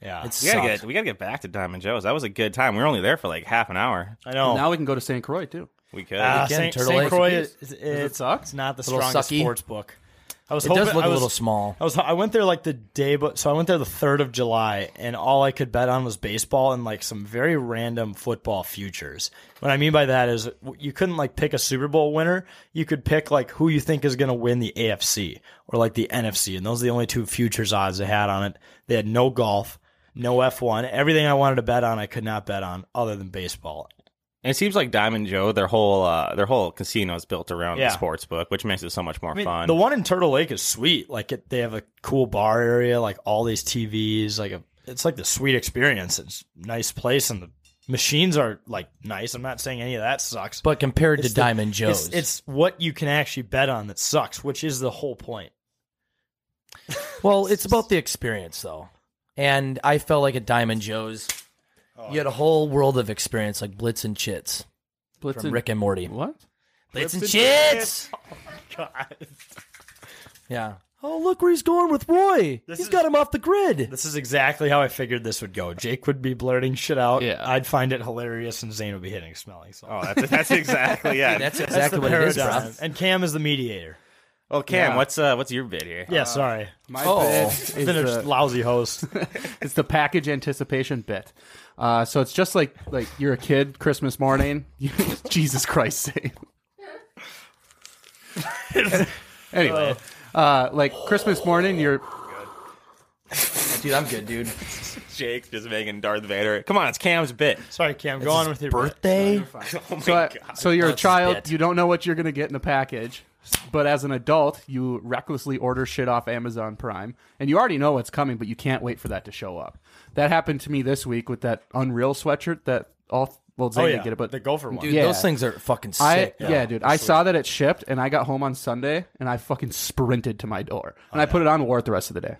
Speaker 1: yeah,
Speaker 10: it's
Speaker 11: we gotta get we gotta get back to Diamond Joe's. That was a good time. We were only there for like half an hour.
Speaker 1: I know.
Speaker 9: Now we can go to St. Croix too.
Speaker 11: We could.
Speaker 1: Ah,
Speaker 11: Again,
Speaker 1: Saint,
Speaker 11: Turtle
Speaker 1: Saint
Speaker 11: Lake.
Speaker 1: Croix
Speaker 11: Does
Speaker 1: is, is, it's, not the
Speaker 10: A little
Speaker 1: strongest
Speaker 10: sucky?
Speaker 1: sports book. I was
Speaker 10: It
Speaker 1: hoping,
Speaker 10: does look
Speaker 1: I
Speaker 10: a
Speaker 1: was-
Speaker 10: little small.
Speaker 1: I was I went there like the day, but so I went there the third of July, and all I could bet on was baseball and like some very random football futures. What I mean by that is w- you couldn't like pick a Super Bowl winner. You could pick like who you think is going to win the AFC or like the NFC, and those are the only two futures odds they had on it. They had no golf, no F one. Everything I wanted to bet on, I could not bet on other than baseball.
Speaker 11: And it seems like Diamond Joe, their whole uh, their whole casino is built around
Speaker 1: Yeah.
Speaker 11: the sports book, which makes it so much more
Speaker 1: I mean,
Speaker 11: fun.
Speaker 1: The one in Turtle Lake is sweet. Like it, they have a cool bar area, like all these TVs. Like a, it's like the sweet experience. It's a nice place, and the machines are like nice. I'm not saying any of that sucks,
Speaker 10: but compared to
Speaker 1: It's
Speaker 10: Diamond Joe's.
Speaker 1: it's, it's what you can actually bet on that sucks, which is the whole point.
Speaker 10: Well, it's about the experience though, and I felt like at Diamond Joe's, you had a whole world of experience, like Blitz and Chits,
Speaker 9: Blitz
Speaker 10: from
Speaker 9: and-
Speaker 10: Rick and Morty.
Speaker 9: What?
Speaker 10: Blitz, and
Speaker 9: Blitz and
Speaker 10: Chits. Yeah. Oh, look where he's going with Roy. He's got him off the grid.
Speaker 1: This is exactly how I figured this would go. Jake would be blurting shit out. Yeah. I'd find it hilarious, and Zane would be hitting smelling salts.
Speaker 11: Oh, that's- that's exactly- yeah. That's exactly
Speaker 1: the
Speaker 11: what it is, bro.
Speaker 1: paradigm. And Cam is the mediator.
Speaker 11: oh, Cam, what's uh, what's your bid here?
Speaker 1: Yeah, sorry.
Speaker 9: My
Speaker 1: Oh.
Speaker 9: bit
Speaker 1: It's
Speaker 9: is
Speaker 1: been a
Speaker 9: the-
Speaker 1: lousy host.
Speaker 9: it's the package anticipation bit. Uh, so it's just like like you're a kid Christmas morning. Jesus Christ, sake.
Speaker 1: Oh,
Speaker 9: anyway, uh, like Christmas morning, you're
Speaker 10: Dude, I'm good, dude.
Speaker 11: Jake's just making Darth Vader. Come on, it's Cam's bit.
Speaker 1: Sorry, Cam.
Speaker 9: go It's on his with your bit. birthday?
Speaker 11: oh
Speaker 9: so,
Speaker 11: my
Speaker 9: I-
Speaker 11: god.
Speaker 9: so you're a
Speaker 11: That's
Speaker 9: child.
Speaker 11: bit.
Speaker 9: You don't know what you're gonna get in the package, but as an adult, you recklessly order shit off Amazon Prime, and you already know what's coming, but you can't wait for that to show up. That happened to me this week with that Unreal sweatshirt that all well Zane
Speaker 1: Oh, yeah,
Speaker 9: didn't get it, but
Speaker 1: the Gopher one.
Speaker 10: Dude, those things are fucking
Speaker 9: I-
Speaker 10: sick,
Speaker 9: yeah,
Speaker 10: though.
Speaker 9: dude. I saw that it shipped, and I got home on Sunday, and I fucking sprinted to my door, and I put it on, wore it the rest of the day.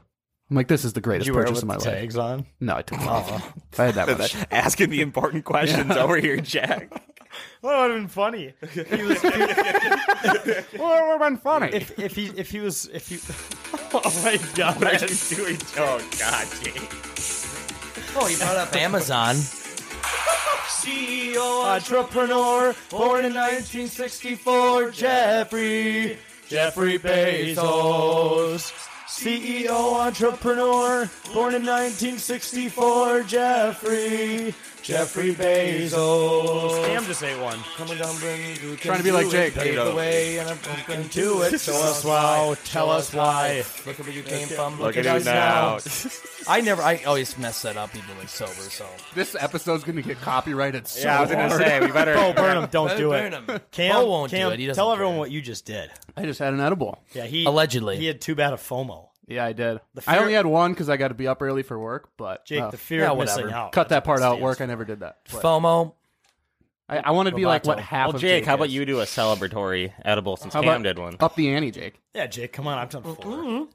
Speaker 9: I'm like, this is the greatest
Speaker 1: Uh-huh. you wear it
Speaker 9: purchase
Speaker 1: with
Speaker 9: of my
Speaker 1: the
Speaker 9: life.
Speaker 1: tags on?
Speaker 9: No, I took it off.
Speaker 1: Oh.
Speaker 9: I had that much.
Speaker 11: Asking the important questions
Speaker 9: Yeah.
Speaker 11: over here, Jack.
Speaker 1: Well, it would have Oh, been funny. He was,
Speaker 9: well, it would have been funny
Speaker 1: if, if he if he was if he. Oh my god!
Speaker 11: What are you doing? Oh god, Jake.
Speaker 10: Oh, you brought up Amazon.
Speaker 1: CEO entrepreneur born in 1964, Jeffrey Jeffrey Bezos.
Speaker 12: E
Speaker 1: CEO entrepreneur born in 1964, Jeffrey
Speaker 12: Jeffrey Bezos.
Speaker 1: Cam just ate one.
Speaker 12: Coming down, bring
Speaker 9: Trying to be like Jake.
Speaker 12: Pave the way, and I'm open to it. Show us why. Tell us why. Look at where you came from. Look, at us now.
Speaker 10: I never. I always mess that up, even like sober. So
Speaker 9: This episode's going to get copyrighted so
Speaker 10: Yeah, I was gonna
Speaker 9: hard.
Speaker 10: say, we better-
Speaker 11: Oh,
Speaker 1: Bo Burnham, don't
Speaker 10: Bo
Speaker 1: do
Speaker 10: Burnham.
Speaker 1: it. Cam,
Speaker 10: Bo won't do
Speaker 1: Cam,
Speaker 10: it. He doesn't
Speaker 1: tell everyone what you just did.
Speaker 9: I just had an edible.
Speaker 1: Yeah, he
Speaker 10: Allegedly.
Speaker 1: he had too bad of FOMO.
Speaker 9: Yeah, I did.
Speaker 1: The
Speaker 9: I
Speaker 1: fear-
Speaker 9: only had one because I got to be up early for work. But
Speaker 1: Jake,
Speaker 9: uh,
Speaker 1: the fear of missing out.
Speaker 9: Cut that
Speaker 1: That's what
Speaker 9: part
Speaker 1: it
Speaker 9: out.
Speaker 1: stands
Speaker 9: Work.
Speaker 1: for.
Speaker 9: I never did that. but-
Speaker 10: FOMO.
Speaker 9: I, I want to be like what half
Speaker 11: Well,
Speaker 9: of
Speaker 11: Jake,
Speaker 9: Jake
Speaker 11: how about
Speaker 9: is.
Speaker 11: you do a celebratory edible since
Speaker 9: How
Speaker 11: Cam
Speaker 9: about Oh.
Speaker 11: did one?
Speaker 9: Up the ante, Jake.
Speaker 1: Yeah, Jake, come on. I've done 4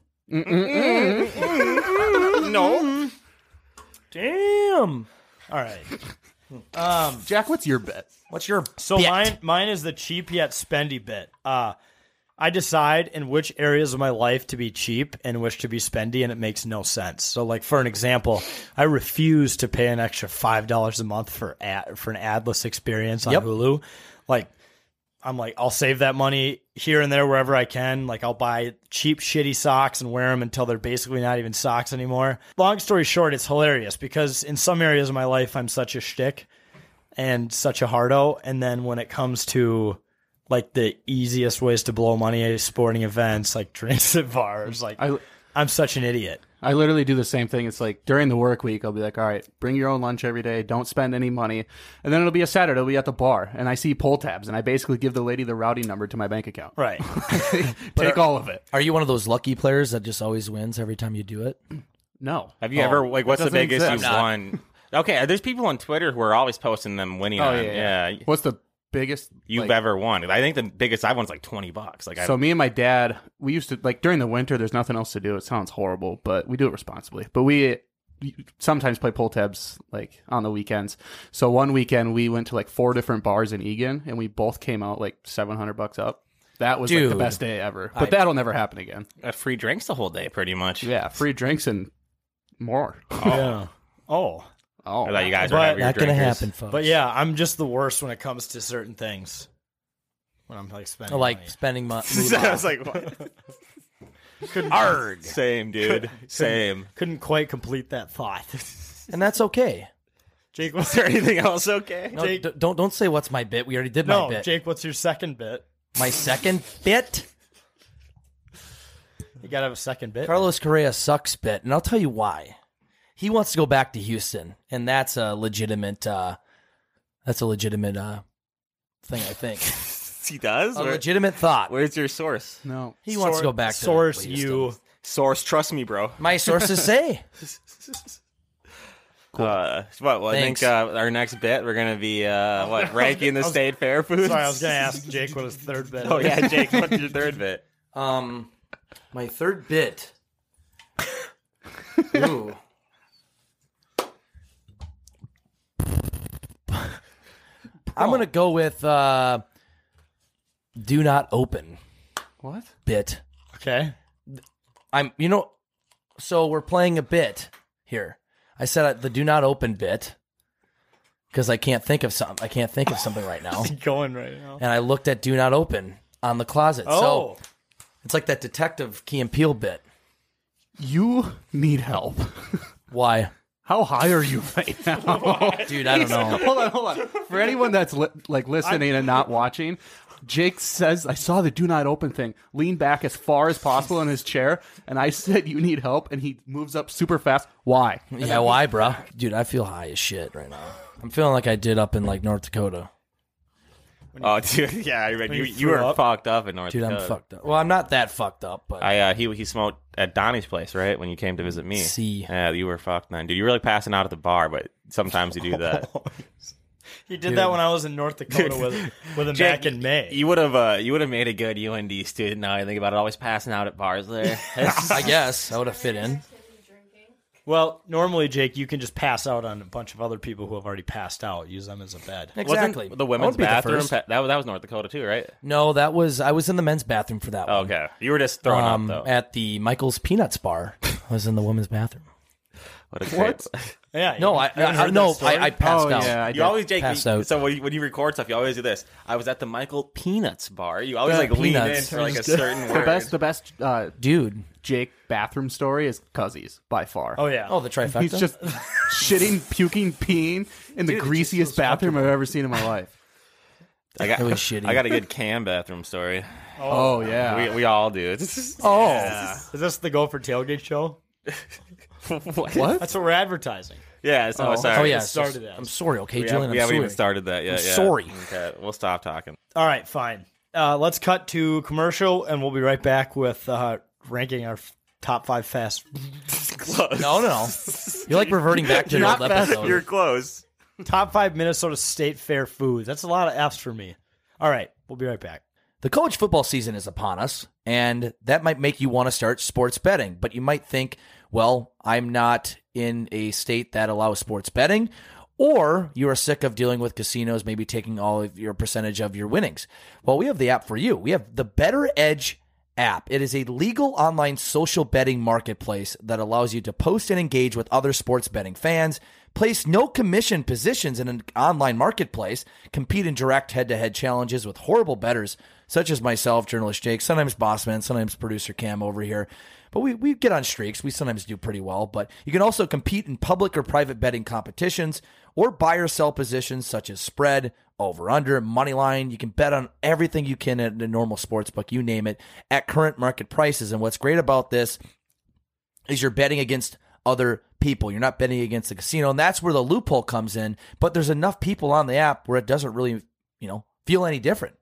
Speaker 9: no.
Speaker 1: Damn. All right. Um,
Speaker 9: Jack, what's your bet?
Speaker 1: What's your so mine? Mine is the cheap yet spendy bit. Uh, I decide in which areas of my life to be cheap and which to be spendy, and it makes no sense. So, like for an example, I refuse to pay an extra five dollars a month for ad, for an adless experience on
Speaker 10: Yep.
Speaker 1: Hulu. Like, I'm like, I'll save that money here and there wherever I can. Like, I'll buy cheap, shitty socks and wear them until they're basically not even socks anymore. Long story short, it's hilarious because in some areas of my life, I'm such a shtick and such a hardo. And then when it comes to like the easiest ways to blow money at sporting events, like drinks at bars, like I, am such an idiot.
Speaker 9: I literally do the same thing. It's like during the work week, I'll be like, all right, bring your own lunch every day. Don't spend any money. And then it'll be a Saturday. I'll be at the bar and I see pull tabs and I basically give the lady the routing number to my bank account.
Speaker 1: Right.
Speaker 9: Take all of it.
Speaker 10: Are you one of those lucky players that just always wins every time you do it?
Speaker 9: No.
Speaker 11: Have you
Speaker 10: Oh,
Speaker 11: ever like
Speaker 10: that
Speaker 11: what's the
Speaker 10: doesn't
Speaker 11: biggest
Speaker 10: exist.
Speaker 11: you've
Speaker 10: Not-
Speaker 11: won? Okay, uh, there's people on Twitter who are always posting them winning.
Speaker 9: Oh,
Speaker 11: on.
Speaker 9: yeah, yeah. What's the biggest
Speaker 11: you've
Speaker 9: like-
Speaker 11: ever won? I think the biggest I've won is like twenty bucks. Like I,
Speaker 9: So me and my dad, we used to like during the winter. There's nothing else to do. It sounds horrible, but we do it responsibly. But we sometimes play pull tabs like on the weekends. So one weekend we went to like four different bars in Egan, and we both came out like 700 bucks up. That was like
Speaker 11: Dude.
Speaker 9: the best day ever. But
Speaker 11: I-
Speaker 9: that'll never happen again.
Speaker 11: uh, free drinks the whole day, pretty much.
Speaker 9: Yeah, free drinks and more.
Speaker 1: Yeah. Oh.
Speaker 9: Oh.
Speaker 11: I thought you guys were
Speaker 1: But-
Speaker 11: having your
Speaker 1: Not gonna
Speaker 11: drinkers.
Speaker 10: happen, folks.
Speaker 1: But yeah, I'm just the worst when it comes to certain things. When I'm like spending
Speaker 10: like
Speaker 1: money.
Speaker 10: spending money.
Speaker 1: I was
Speaker 11: like,
Speaker 1: Arg.
Speaker 11: Same, dude. Same.
Speaker 1: Couldn't quite complete that thought.
Speaker 10: and that's okay.
Speaker 1: Jake, was there anything else okay?
Speaker 10: No,
Speaker 1: Jake,
Speaker 10: d- don't don't say what's my bit. We already did
Speaker 1: no,
Speaker 10: my bit.
Speaker 1: Jake, what's your second bit?
Speaker 10: My second bit.
Speaker 1: You gotta have a second bit.
Speaker 10: Carlos Correa sucks bit, and I'll tell you why. He wants to go back to Houston, and that's a legitimate. Uh, that's a legitimate uh, thing. I think
Speaker 11: he does.
Speaker 10: a
Speaker 11: Where-
Speaker 10: legitimate thought.
Speaker 11: Where's your source?
Speaker 9: No,
Speaker 10: He wants to go back to
Speaker 1: source
Speaker 10: Houston.
Speaker 1: you.
Speaker 11: Source, trust me, bro.
Speaker 10: My sources say
Speaker 11: Uh, what? Well, I think
Speaker 10: Thanks.
Speaker 11: uh, our next bit we're gonna be uh, what ranking the
Speaker 1: I was-
Speaker 11: state fair foods.
Speaker 1: Sorry, I was gonna ask Jake what his third bit.
Speaker 11: Oh
Speaker 1: is.
Speaker 11: yeah, Jake, what's your third bit?
Speaker 10: Um, my third bit. Ooh. I'm gonna go with uh, "Do Not Open"
Speaker 9: What?
Speaker 10: bit.
Speaker 1: Okay.
Speaker 10: I'm, you know, so we're playing a bit here. I said uh, the "Do Not Open" bit because I can't think of something. I can't think of something right now.
Speaker 1: going right now.
Speaker 10: and I looked at "Do Not Open" on the closet.
Speaker 1: Oh.
Speaker 10: So it's like that Detective Key and Peele bit.
Speaker 9: You need help.
Speaker 10: Why?
Speaker 9: How high are you right now?
Speaker 10: Dude, I don't know.
Speaker 9: hold on, hold on. For anyone that's li- like listening and not watching, Jake says, "I saw the do not open thing." Lean back as far as possible in his chair, and I said, "You need help," and he moves up super fast. Why?
Speaker 10: Yeah, why, bro? Dude, I feel high as shit right now. I'm feeling like I did up in like North Dakota.
Speaker 11: Oh, dude, yeah, I read
Speaker 10: when
Speaker 11: you.
Speaker 10: you
Speaker 11: You
Speaker 10: threw
Speaker 11: were
Speaker 10: up.
Speaker 11: fucked up in North
Speaker 10: Dude, I'm
Speaker 11: Dakota.
Speaker 10: fucked up. Well, I'm not that fucked up, but
Speaker 11: I uh, he he smoked at Donnie's place, right? When you came to visit me.
Speaker 10: See.
Speaker 11: Yeah, you were fucked then, dude. You were like passing out at the bar, but sometimes you do that.
Speaker 1: He did that when I was in North Dakota with with him back in May.
Speaker 11: You would have uh, you would have made a good UND student. Now I think about it, always passing out at bars there.
Speaker 10: I guess I would have fit in.
Speaker 1: Well, normally, Jake, you can just pass out on a bunch of other people who have already passed out. Use them as a bed.
Speaker 10: Exactly.
Speaker 11: Wasn't the
Speaker 10: I
Speaker 11: women's
Speaker 10: wouldn't be the
Speaker 11: bathroom.
Speaker 10: first.
Speaker 11: pa- that was that was North Dakota too, right?
Speaker 10: No, that was I was in the men's bathroom for that one.
Speaker 11: Oh, Okay, you were just throwing
Speaker 10: Um,
Speaker 11: up though.
Speaker 10: at the Michael's Peanuts bar. I was in the women's bathroom.
Speaker 11: What? A great-
Speaker 1: Yeah.
Speaker 10: No, I, I, I no, I, I passed out.
Speaker 11: you always Jake,
Speaker 10: passed
Speaker 11: you-
Speaker 10: out.
Speaker 11: So when you, when you record stuff, you always do this. I was at the Michael Peanuts bar. You always
Speaker 10: Yeah,
Speaker 11: like lean in
Speaker 10: Peanuts.
Speaker 11: for like a
Speaker 10: Just-
Speaker 11: certain
Speaker 9: the
Speaker 11: word.
Speaker 9: best, the best, uh,
Speaker 10: dude.
Speaker 9: Jake bathroom story is Cuzzies by far.
Speaker 11: Oh, yeah. Oh, the trifecta?
Speaker 9: He's just shitting, puking, peeing in
Speaker 11: Dude, it
Speaker 9: the
Speaker 11: just
Speaker 9: greasiest bathroom I've ever seen in my life.
Speaker 11: I got,
Speaker 9: It was shitty.
Speaker 11: I got a good cam bathroom story.
Speaker 9: Oh. Oh, yeah.
Speaker 11: we, we all do.
Speaker 1: Oh.
Speaker 11: yeah.
Speaker 1: Is this the Go for Tailgate show? what?
Speaker 11: What?
Speaker 1: That's what we're advertising.
Speaker 11: Yeah, so
Speaker 1: Oh.
Speaker 11: sorry.
Speaker 1: Oh, yeah, We started so- that. I'm sorry, okay,
Speaker 11: we
Speaker 1: Jillian,
Speaker 11: haven't-
Speaker 1: I'm
Speaker 11: We haven't even
Speaker 1: sorry.
Speaker 11: started that yet.
Speaker 1: I'm
Speaker 11: yeah.
Speaker 1: sorry.
Speaker 11: Okay, we'll stop talking.
Speaker 1: All right, fine. Uh, let's cut to commercial, and we'll be right back with uh, ranking our f- top five fast.
Speaker 10: No, no. You're like reverting back to the old episode.
Speaker 11: close.
Speaker 1: Top five Minnesota State Fair foods. That's a lot of F's for me. All right, we'll be right back.
Speaker 10: The college football season is upon us, and that might make you want to start sports betting. But you might think, well, I'm not in a state that allows sports betting, or you are sick of dealing with casinos maybe taking all of your percentage of your winnings. Well, we have the app for you. We have the Better Edge app. It is a legal online social betting marketplace that allows you to post and engage with other sports betting fans, place no commission positions in an online marketplace, compete in direct head to head challenges with horrible betters such as myself, journalist Jake, sometimes Bossman, sometimes producer Cam over here. But we, we get on streaks. We sometimes do pretty well. But you can also compete in public or private betting competitions or buy or sell positions such as spread, over under, money line. You can bet on everything you can at a normal sports book, you name it, at current market prices. And what's great about this is you're betting against other people. You're not betting against the casino, and that's where the loophole comes in. But there's enough people on the app where it doesn't really, you know, feel any different.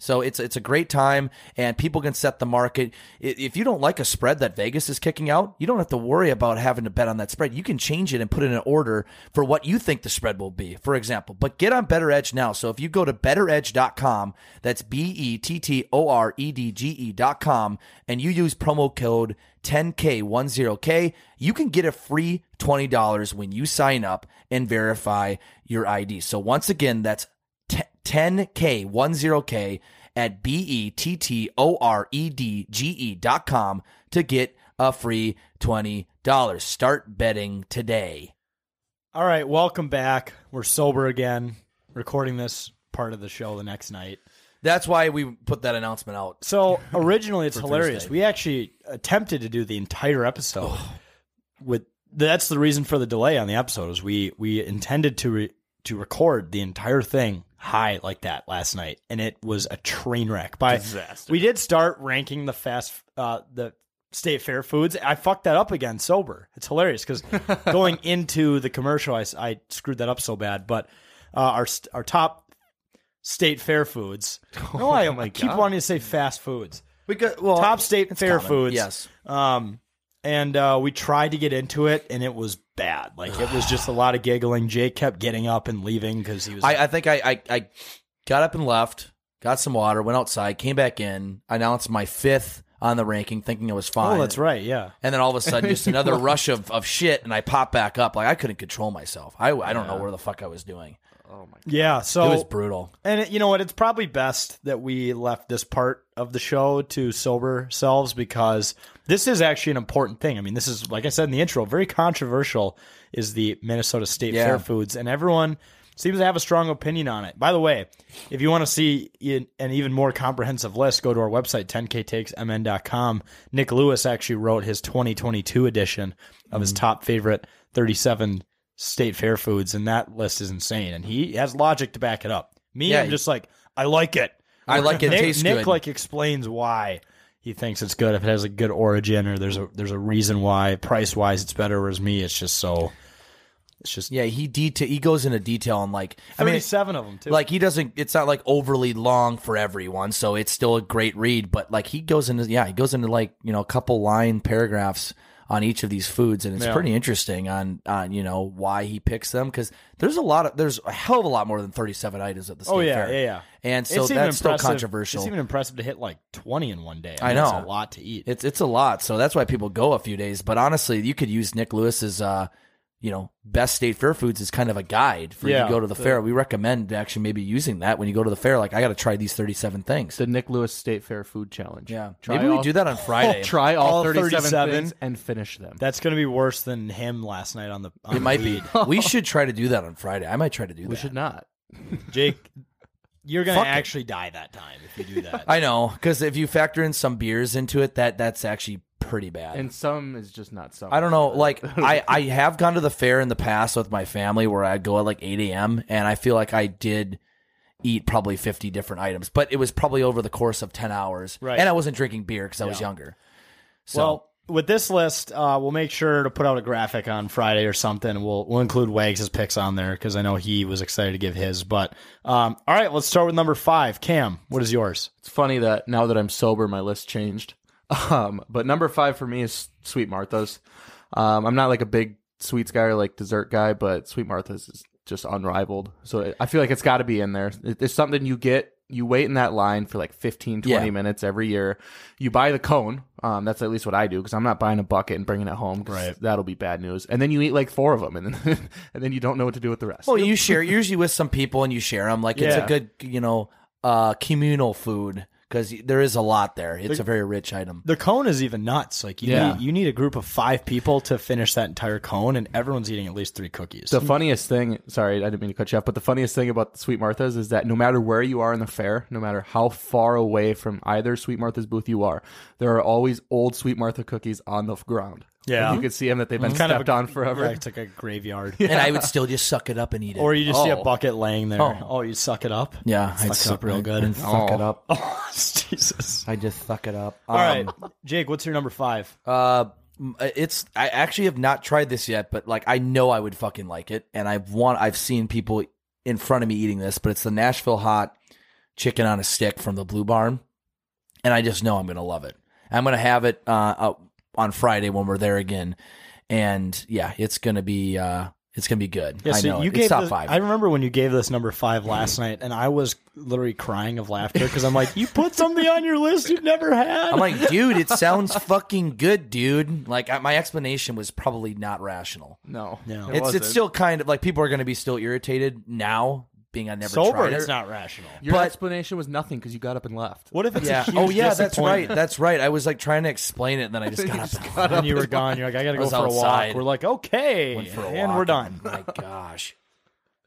Speaker 10: So it's it's a great time, and people can set the market. I- If you don't like a spread that Vegas is kicking out, you don't have to worry about having to bet on that spread. You can change it and put in an order for what you think the spread will be, for example. But get on Better Edge now. So if you go to BetterEdge.com, that's B E T T O R E D G E.com, and you use promo code 10K, 10K, you can get a free $20 when you sign up and verify your ID. So once again, that's 10K, 10K at B E T T O R E D G E dot com to get a free $20. Start betting today.
Speaker 1: All right, welcome back. We're sober again, recording this part of the show the next night.
Speaker 10: That's why we put that announcement out.
Speaker 1: So originally, it's
Speaker 10: For
Speaker 1: hilarious.
Speaker 10: Thursday.
Speaker 1: We actually attempted to do the entire episode with. That's the reason for the delay on the episode is we we intended to re, to record the entire thing high like that last night, and it was a train wreck. By
Speaker 11: Disaster.
Speaker 1: we did start ranking the fast uh, the state fair foods. I fucked that up again sober. It's hilarious because going into the commercial, I, s- I screwed that up so bad. But uh, our st- our top state fair foods. No, I, I keep
Speaker 10: Oh God.
Speaker 1: wanting to say fast foods.
Speaker 10: We got well
Speaker 1: top state fair
Speaker 10: common,
Speaker 1: foods.
Speaker 10: yes.
Speaker 1: Um, and uh, we tried to get into it, and it was bad. Like it was just a lot of giggling. Jake kept getting up and leaving because he was.
Speaker 10: I, I think I, I, I got up and left, got some water, went outside, came back in, announced my fifth on the ranking, thinking it was fine.
Speaker 1: oh, that's right. Yeah.
Speaker 10: And then all of a sudden, just another rush of, of shit, and I pop back up. Like, I couldn't control myself. I, I don't know where the fuck I was doing. Oh, my
Speaker 1: Yeah, so
Speaker 10: It was brutal.
Speaker 1: And it, you know what? It's probably best that we left this part of the show to sober selves because this is actually an important thing. I mean, this is like I said in the intro, very controversial is the Minnesota State
Speaker 10: Yeah.
Speaker 1: Fair foods, and everyone seems to have a strong opinion on it. By the way, if you want to see an an even more comprehensive list, go to our website 10ktakesmn.com. Nick Lewis actually wrote his 2022 edition of his top favorite 37 state fair foods, and that list is insane. And he has logic to back it up. Me,
Speaker 10: Yeah,
Speaker 1: I'm
Speaker 10: he-
Speaker 1: just like, I like it.
Speaker 10: I like it. It
Speaker 1: Nick,
Speaker 10: tastes
Speaker 1: Nick
Speaker 10: good.
Speaker 1: like explains why he thinks it's good. If it has a good origin, or there's a there's a reason why price wise it's better. Whereas me, it's just so. It's just
Speaker 10: yeah. He detail he goes into detail on like I mean,
Speaker 1: Thirty-seven of them too.
Speaker 10: like he doesn't. It's not like overly long for everyone, so it's still a great read. But like he goes into yeah, he goes into like you know a couple line paragraphs on each of these foods, and it's
Speaker 1: Yeah.
Speaker 10: pretty interesting on on you know why he picks them because there's a lot of there's a hell of a lot more than 37 items at the state
Speaker 1: oh yeah,
Speaker 10: fair.
Speaker 1: yeah, yeah.
Speaker 10: And so
Speaker 1: It's even
Speaker 10: that's still
Speaker 1: impressive-
Speaker 10: controversial.
Speaker 1: It's even impressive to hit like twenty in one day.
Speaker 10: I
Speaker 1: mean,
Speaker 10: know
Speaker 1: that's a lot to eat.
Speaker 10: It's it's a lot, so that's why people go a few days. But honestly, you could use Nick Lewis's uh, you know, best state fair foods is kind of a guide for you
Speaker 9: Yeah,
Speaker 10: to go to the,
Speaker 9: the-
Speaker 10: fair. We recommend actually maybe using that when you go to the fair. Like, I got to try these 37 things.
Speaker 9: The Nick Lewis State Fair Food Challenge.
Speaker 10: Yeah.
Speaker 9: Try
Speaker 10: maybe we
Speaker 9: all-
Speaker 10: do that on Friday.
Speaker 9: Try all, 37, things and finish them.
Speaker 1: That's going to be worse than him last night on the. On
Speaker 10: It might be. We should try to do that on Friday. I might try to do that. We
Speaker 9: should not.
Speaker 1: Jake. You're going
Speaker 10: Fuck
Speaker 1: to
Speaker 10: it.
Speaker 1: actually die that time if you do that.
Speaker 10: I know, because if you factor in some beers into it, that that's actually pretty bad.
Speaker 9: And some is just not some.
Speaker 10: I don't know. Like I, I have gone to the fair in the past with my family where I'd go at like 8 a.m. and I feel like I did eat probably 50 different items, but it was probably over the course of 10 hours.
Speaker 1: Right.
Speaker 10: And I wasn't drinking beer because I was
Speaker 1: Yeah.
Speaker 10: younger. So
Speaker 1: Well, with this list, uh, we'll make sure to put out a graphic on Friday or something. and We'll we'll include Wags' picks on there because I know he was excited to give his. But um, all right, let's start with number five. Cam, what is yours?
Speaker 9: It's funny that now that I'm sober, my list changed. Um, but number five for me is Sweet Martha's. Um, I'm not like a big sweets guy or like dessert guy, but Sweet Martha's is just unrivaled. So it- I feel like it's got to be in there. It- It's something you get. You wait in that line for like 15, 20
Speaker 10: Yeah.
Speaker 9: minutes every year. You buy the cone. Um, that's at least what I do because I'm not buying a bucket and bringing it home. 'cause
Speaker 10: Right.
Speaker 9: That'll be bad news. And then you eat like four of them, and then and then you don't know what to do with the rest.
Speaker 10: Well, you share usually with some people, and you share them. Like it's
Speaker 9: Yeah.
Speaker 10: a good, you know, uh, communal food because there is a lot there. It's
Speaker 1: The-
Speaker 10: a very rich item.
Speaker 1: The cone is even nuts. Like you
Speaker 10: Yeah.
Speaker 1: need you need a group of five people to finish that entire cone, and everyone's eating at least three cookies.
Speaker 9: The funniest thing, sorry, I didn't mean to cut you off, but the funniest thing about Sweet Martha's is that no matter where you are in the fair, no matter how far away from either Sweet Martha's booth you are, there are always old Sweet Martha cookies on the f- ground.
Speaker 1: Yeah.
Speaker 9: you can see them that they've been
Speaker 1: It's
Speaker 9: stepped
Speaker 1: kind of a-
Speaker 9: on forever.
Speaker 1: yeah, it's like a graveyard.
Speaker 10: And I would still just suck it up and eat it.
Speaker 1: Or you just see a
Speaker 10: Oh.
Speaker 1: bucket laying there.
Speaker 10: Oh.
Speaker 1: Oh, you suck it up.
Speaker 10: Yeah,
Speaker 1: suck it up real good.
Speaker 10: and suck it up. Um,
Speaker 1: Oh, Jesus!
Speaker 10: I just suck it up.
Speaker 1: All right, Jake, what's your number five?
Speaker 10: Uh, m- it's I actually have not tried this yet, but like I know I would fucking like it, and I've want I've seen people in front of me eating this, but it's the Nashville hot chicken on a stick from the Blue Barn, and I just know I'm gonna love it. I'm gonna have it uh, uh on Friday when we're there again, and yeah, it's gonna be uh it's gonna be good.
Speaker 1: Yeah,
Speaker 10: I
Speaker 1: so
Speaker 10: know
Speaker 1: you
Speaker 10: it.
Speaker 1: gave
Speaker 10: it's top
Speaker 1: this-
Speaker 10: five.
Speaker 1: I remember when you gave this number five last night, and I was literally crying of laughter because I'm like, you put something on your list you've never had.
Speaker 10: I'm like, dude, it sounds fucking good, dude. Like I, my explanation was probably not rational.
Speaker 9: No,
Speaker 1: No.
Speaker 10: it's it's still kind of like people are going to be still irritated now, being I never tried it.
Speaker 1: It's not rational.
Speaker 9: Your
Speaker 10: but-
Speaker 9: explanation was nothing because you got up and left.
Speaker 1: What if it's
Speaker 10: yeah.
Speaker 1: a huge
Speaker 10: oh yeah, that's right.
Speaker 1: disappointment?
Speaker 10: That's right. I was like trying to explain it, and then I just got up.
Speaker 1: And then you were gone. You're like, I got to
Speaker 10: I
Speaker 1: go
Speaker 10: was
Speaker 1: for a
Speaker 10: outside.
Speaker 1: walk. We're like, okay,
Speaker 10: Went for a
Speaker 1: and
Speaker 10: walk
Speaker 1: we're done.
Speaker 10: My gosh,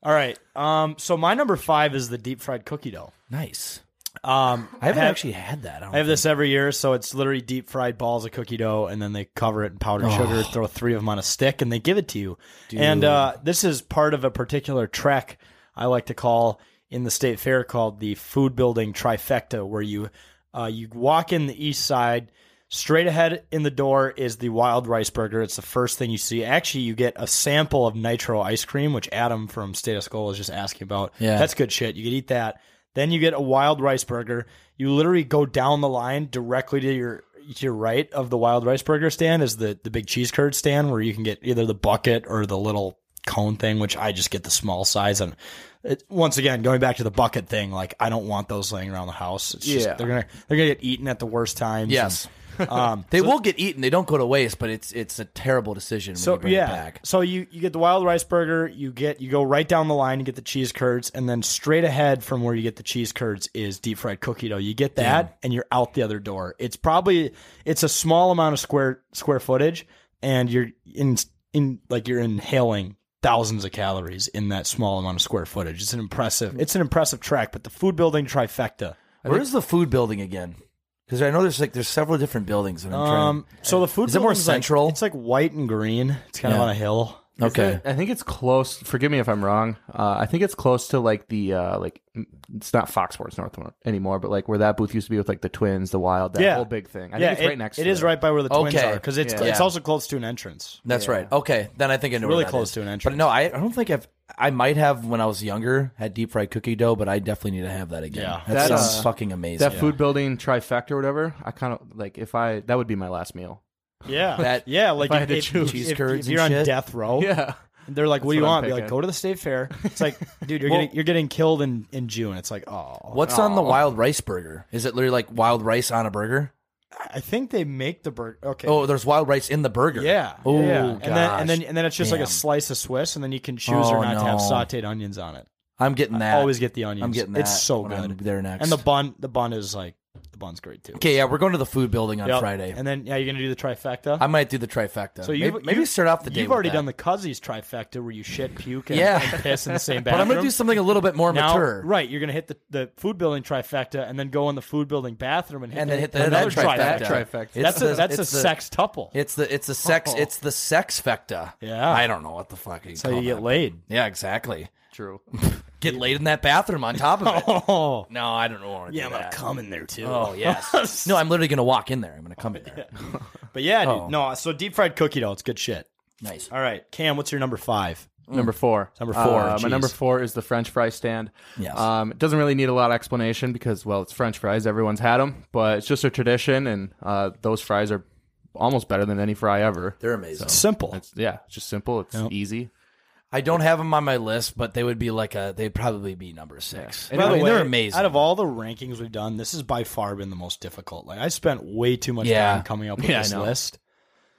Speaker 1: All right. Um. So my number five is the deep fried cookie dough.
Speaker 10: nice.
Speaker 1: Um.
Speaker 10: I haven't
Speaker 1: have-
Speaker 10: actually had that. I, don't
Speaker 1: I have this every year, so it's literally deep fried balls of cookie dough, and then they cover it in powdered
Speaker 10: Oh.
Speaker 1: sugar, throw three of them on a stick, and they give it to you.
Speaker 10: Dude.
Speaker 1: And uh, this is part of a particular trek I like to call in the state fair called the food building trifecta, where you uh, you walk in the east side. Straight ahead in the door is the wild rice burger. It's the first thing you see. Actually, you get a sample of nitro ice cream, which Adam from State of Skull was just asking about.
Speaker 10: Yeah.
Speaker 1: That's good shit. You could eat that. Then you get a wild rice burger. You literally go down the line directly to your to your right of the wild rice burger stand is the the big cheese curd stand where you can get either the bucket or the little cone thing, which I just get the small size. And it, once again, going back to the bucket thing, like I don't want those laying around the house. It's
Speaker 10: Yeah.
Speaker 1: just, they're gonna they're gonna get eaten at the worst times.
Speaker 10: Yes.
Speaker 1: And, um,
Speaker 10: they will get eaten. They don't go to waste, but it's it's a terrible decision when you bring it back.
Speaker 1: so you you get the wild rice burger, you get you go right down the line, you get the cheese curds, and then straight ahead from where you get the cheese curds is deep fried cookie dough. You get that,
Speaker 10: Damn.
Speaker 1: and you're out the other door. It's probably it's a small amount of square square footage, and you're in in like you're inhaling thousands of calories in that small amount of square footage. It's an impressive it's an impressive track, but the food building trifecta.
Speaker 10: Where is the food building again? Because I know there's like there's several different buildings. And I'm
Speaker 1: um,
Speaker 10: trying,
Speaker 1: so the food
Speaker 10: is it more
Speaker 1: building's like-
Speaker 10: central?
Speaker 1: it's like white and green. It's kind
Speaker 10: Yeah.
Speaker 1: of on a hill.
Speaker 10: okay,
Speaker 9: I think it's close. Forgive me if I'm wrong. Uh, I think it's close to like the uh, like it's not Fox Sports North anymore, but like where that booth used to be with like the Twins, the Wild, that whole big thing. I
Speaker 1: yeah,
Speaker 9: think it's
Speaker 1: it-
Speaker 9: right next.
Speaker 1: It
Speaker 9: to
Speaker 1: is right by where the twins
Speaker 10: Okay.
Speaker 1: are because it's
Speaker 10: Yeah.
Speaker 1: it's also close to an entrance.
Speaker 10: That's right. Okay, then I think I know
Speaker 1: really
Speaker 10: where that
Speaker 1: close
Speaker 10: is.
Speaker 1: to an entrance.
Speaker 10: But no, I, I don't think I've. I might have when I was younger had deep fried cookie dough, but I definitely need to have that again.
Speaker 1: Yeah.
Speaker 10: that,
Speaker 9: That,
Speaker 10: sounds
Speaker 9: uh,
Speaker 10: fucking amazing.
Speaker 9: That food building trifecta or whatever. I kind of like if I that would be my last meal.
Speaker 1: Yeah,
Speaker 10: That-
Speaker 1: yeah, like
Speaker 9: If I had to
Speaker 1: if,
Speaker 9: choose.
Speaker 1: if,
Speaker 10: Cheese
Speaker 1: if,
Speaker 10: curds
Speaker 1: if you're
Speaker 10: and
Speaker 1: on
Speaker 10: shit.
Speaker 1: death row,
Speaker 9: Yeah.
Speaker 1: they're like, "What
Speaker 9: That's
Speaker 1: do you
Speaker 9: what I'm
Speaker 1: want?" Be like,
Speaker 9: thinking.
Speaker 1: "Go to the state fair." It's like, dude, you're
Speaker 9: Well-
Speaker 1: getting you're getting killed in in June. It's like, oh,
Speaker 10: What's on the wild rice burger? Is it literally like wild rice on a burger?
Speaker 1: I think they make the burger. Okay.
Speaker 10: Oh, there's wild rice in the burger.
Speaker 1: Yeah.
Speaker 10: Oh,
Speaker 1: yeah. And then
Speaker 10: gosh.
Speaker 1: and then and then it's just like
Speaker 10: Damn.
Speaker 1: a slice of Swiss, and then you can choose
Speaker 10: Oh,
Speaker 1: or not to have
Speaker 10: no.
Speaker 1: sautéed onions on it.
Speaker 10: I'm getting that.
Speaker 1: I always get the onions.
Speaker 10: I'm getting
Speaker 1: It's
Speaker 10: that
Speaker 1: so
Speaker 10: when
Speaker 1: good.
Speaker 10: I'm there next.
Speaker 1: And the bun, the bun is like the bun's great too.
Speaker 10: Okay, yeah, we're going to the food building on
Speaker 1: Yep.
Speaker 10: Friday.
Speaker 1: and then yeah, you're gonna do the trifecta.
Speaker 10: I might do the trifecta.
Speaker 1: So
Speaker 10: May-
Speaker 1: you
Speaker 10: maybe, start off the day.
Speaker 1: You've
Speaker 10: with
Speaker 1: already
Speaker 10: that.
Speaker 1: done the Cuzzies trifecta where you shit, puke, and,
Speaker 10: Yeah.
Speaker 1: and piss in the same
Speaker 10: But I'm
Speaker 1: bathroom.
Speaker 10: gonna do something a little bit more
Speaker 1: Now-
Speaker 10: mature.
Speaker 1: Right, you're gonna hit the, the food building trifecta and then go in the food building bathroom and hit
Speaker 10: and
Speaker 1: the,
Speaker 10: then hit the
Speaker 1: another
Speaker 10: that trifecta. It's
Speaker 1: That's
Speaker 10: the-
Speaker 1: a that's a
Speaker 10: it's the-
Speaker 1: sex tuple.
Speaker 10: It's the it's the sex
Speaker 1: Oh.
Speaker 10: it's the sex fecta.
Speaker 1: Yeah.
Speaker 10: I don't know what the fuck. You
Speaker 1: That's
Speaker 10: call
Speaker 1: how you get
Speaker 10: that.
Speaker 1: laid.
Speaker 10: Yeah, exactly.
Speaker 9: True.
Speaker 10: get laid in that bathroom on top of it.
Speaker 1: oh.
Speaker 10: No, I don't know.
Speaker 1: Yeah, I'm gonna come in there too.
Speaker 10: Oh yes. no, I'm literally gonna walk in there. I'm gonna come in there.
Speaker 1: But yeah, dude.
Speaker 10: Oh.
Speaker 1: No, so deep fried cookie dough, it's good shit.
Speaker 10: Nice.
Speaker 1: All right, Cam, what's your number five?
Speaker 9: Number four.
Speaker 1: Number four.
Speaker 9: Uh, my
Speaker 1: jeez.
Speaker 9: number four is the French fry stand.
Speaker 10: Yes.
Speaker 1: Uh,
Speaker 9: Um, it doesn't really need a lot of explanation because, well, it's French fries. Everyone's had them, but it's just a tradition, and uh, those fries are almost better than any fry ever.
Speaker 10: They're amazing.
Speaker 1: simple.
Speaker 9: It's, yeah, it's just simple. It's easy.
Speaker 10: I don't have them on my list, but they would be like a. They'd probably be number six.
Speaker 1: By
Speaker 10: I
Speaker 1: the
Speaker 10: mean,
Speaker 1: way,
Speaker 10: they're amazing.
Speaker 1: Out of all the rankings we've done, this has by far been the most difficult. Like I spent way too much
Speaker 10: Yeah.
Speaker 1: time coming up with
Speaker 10: Yeah, I
Speaker 1: this
Speaker 10: know.
Speaker 1: list.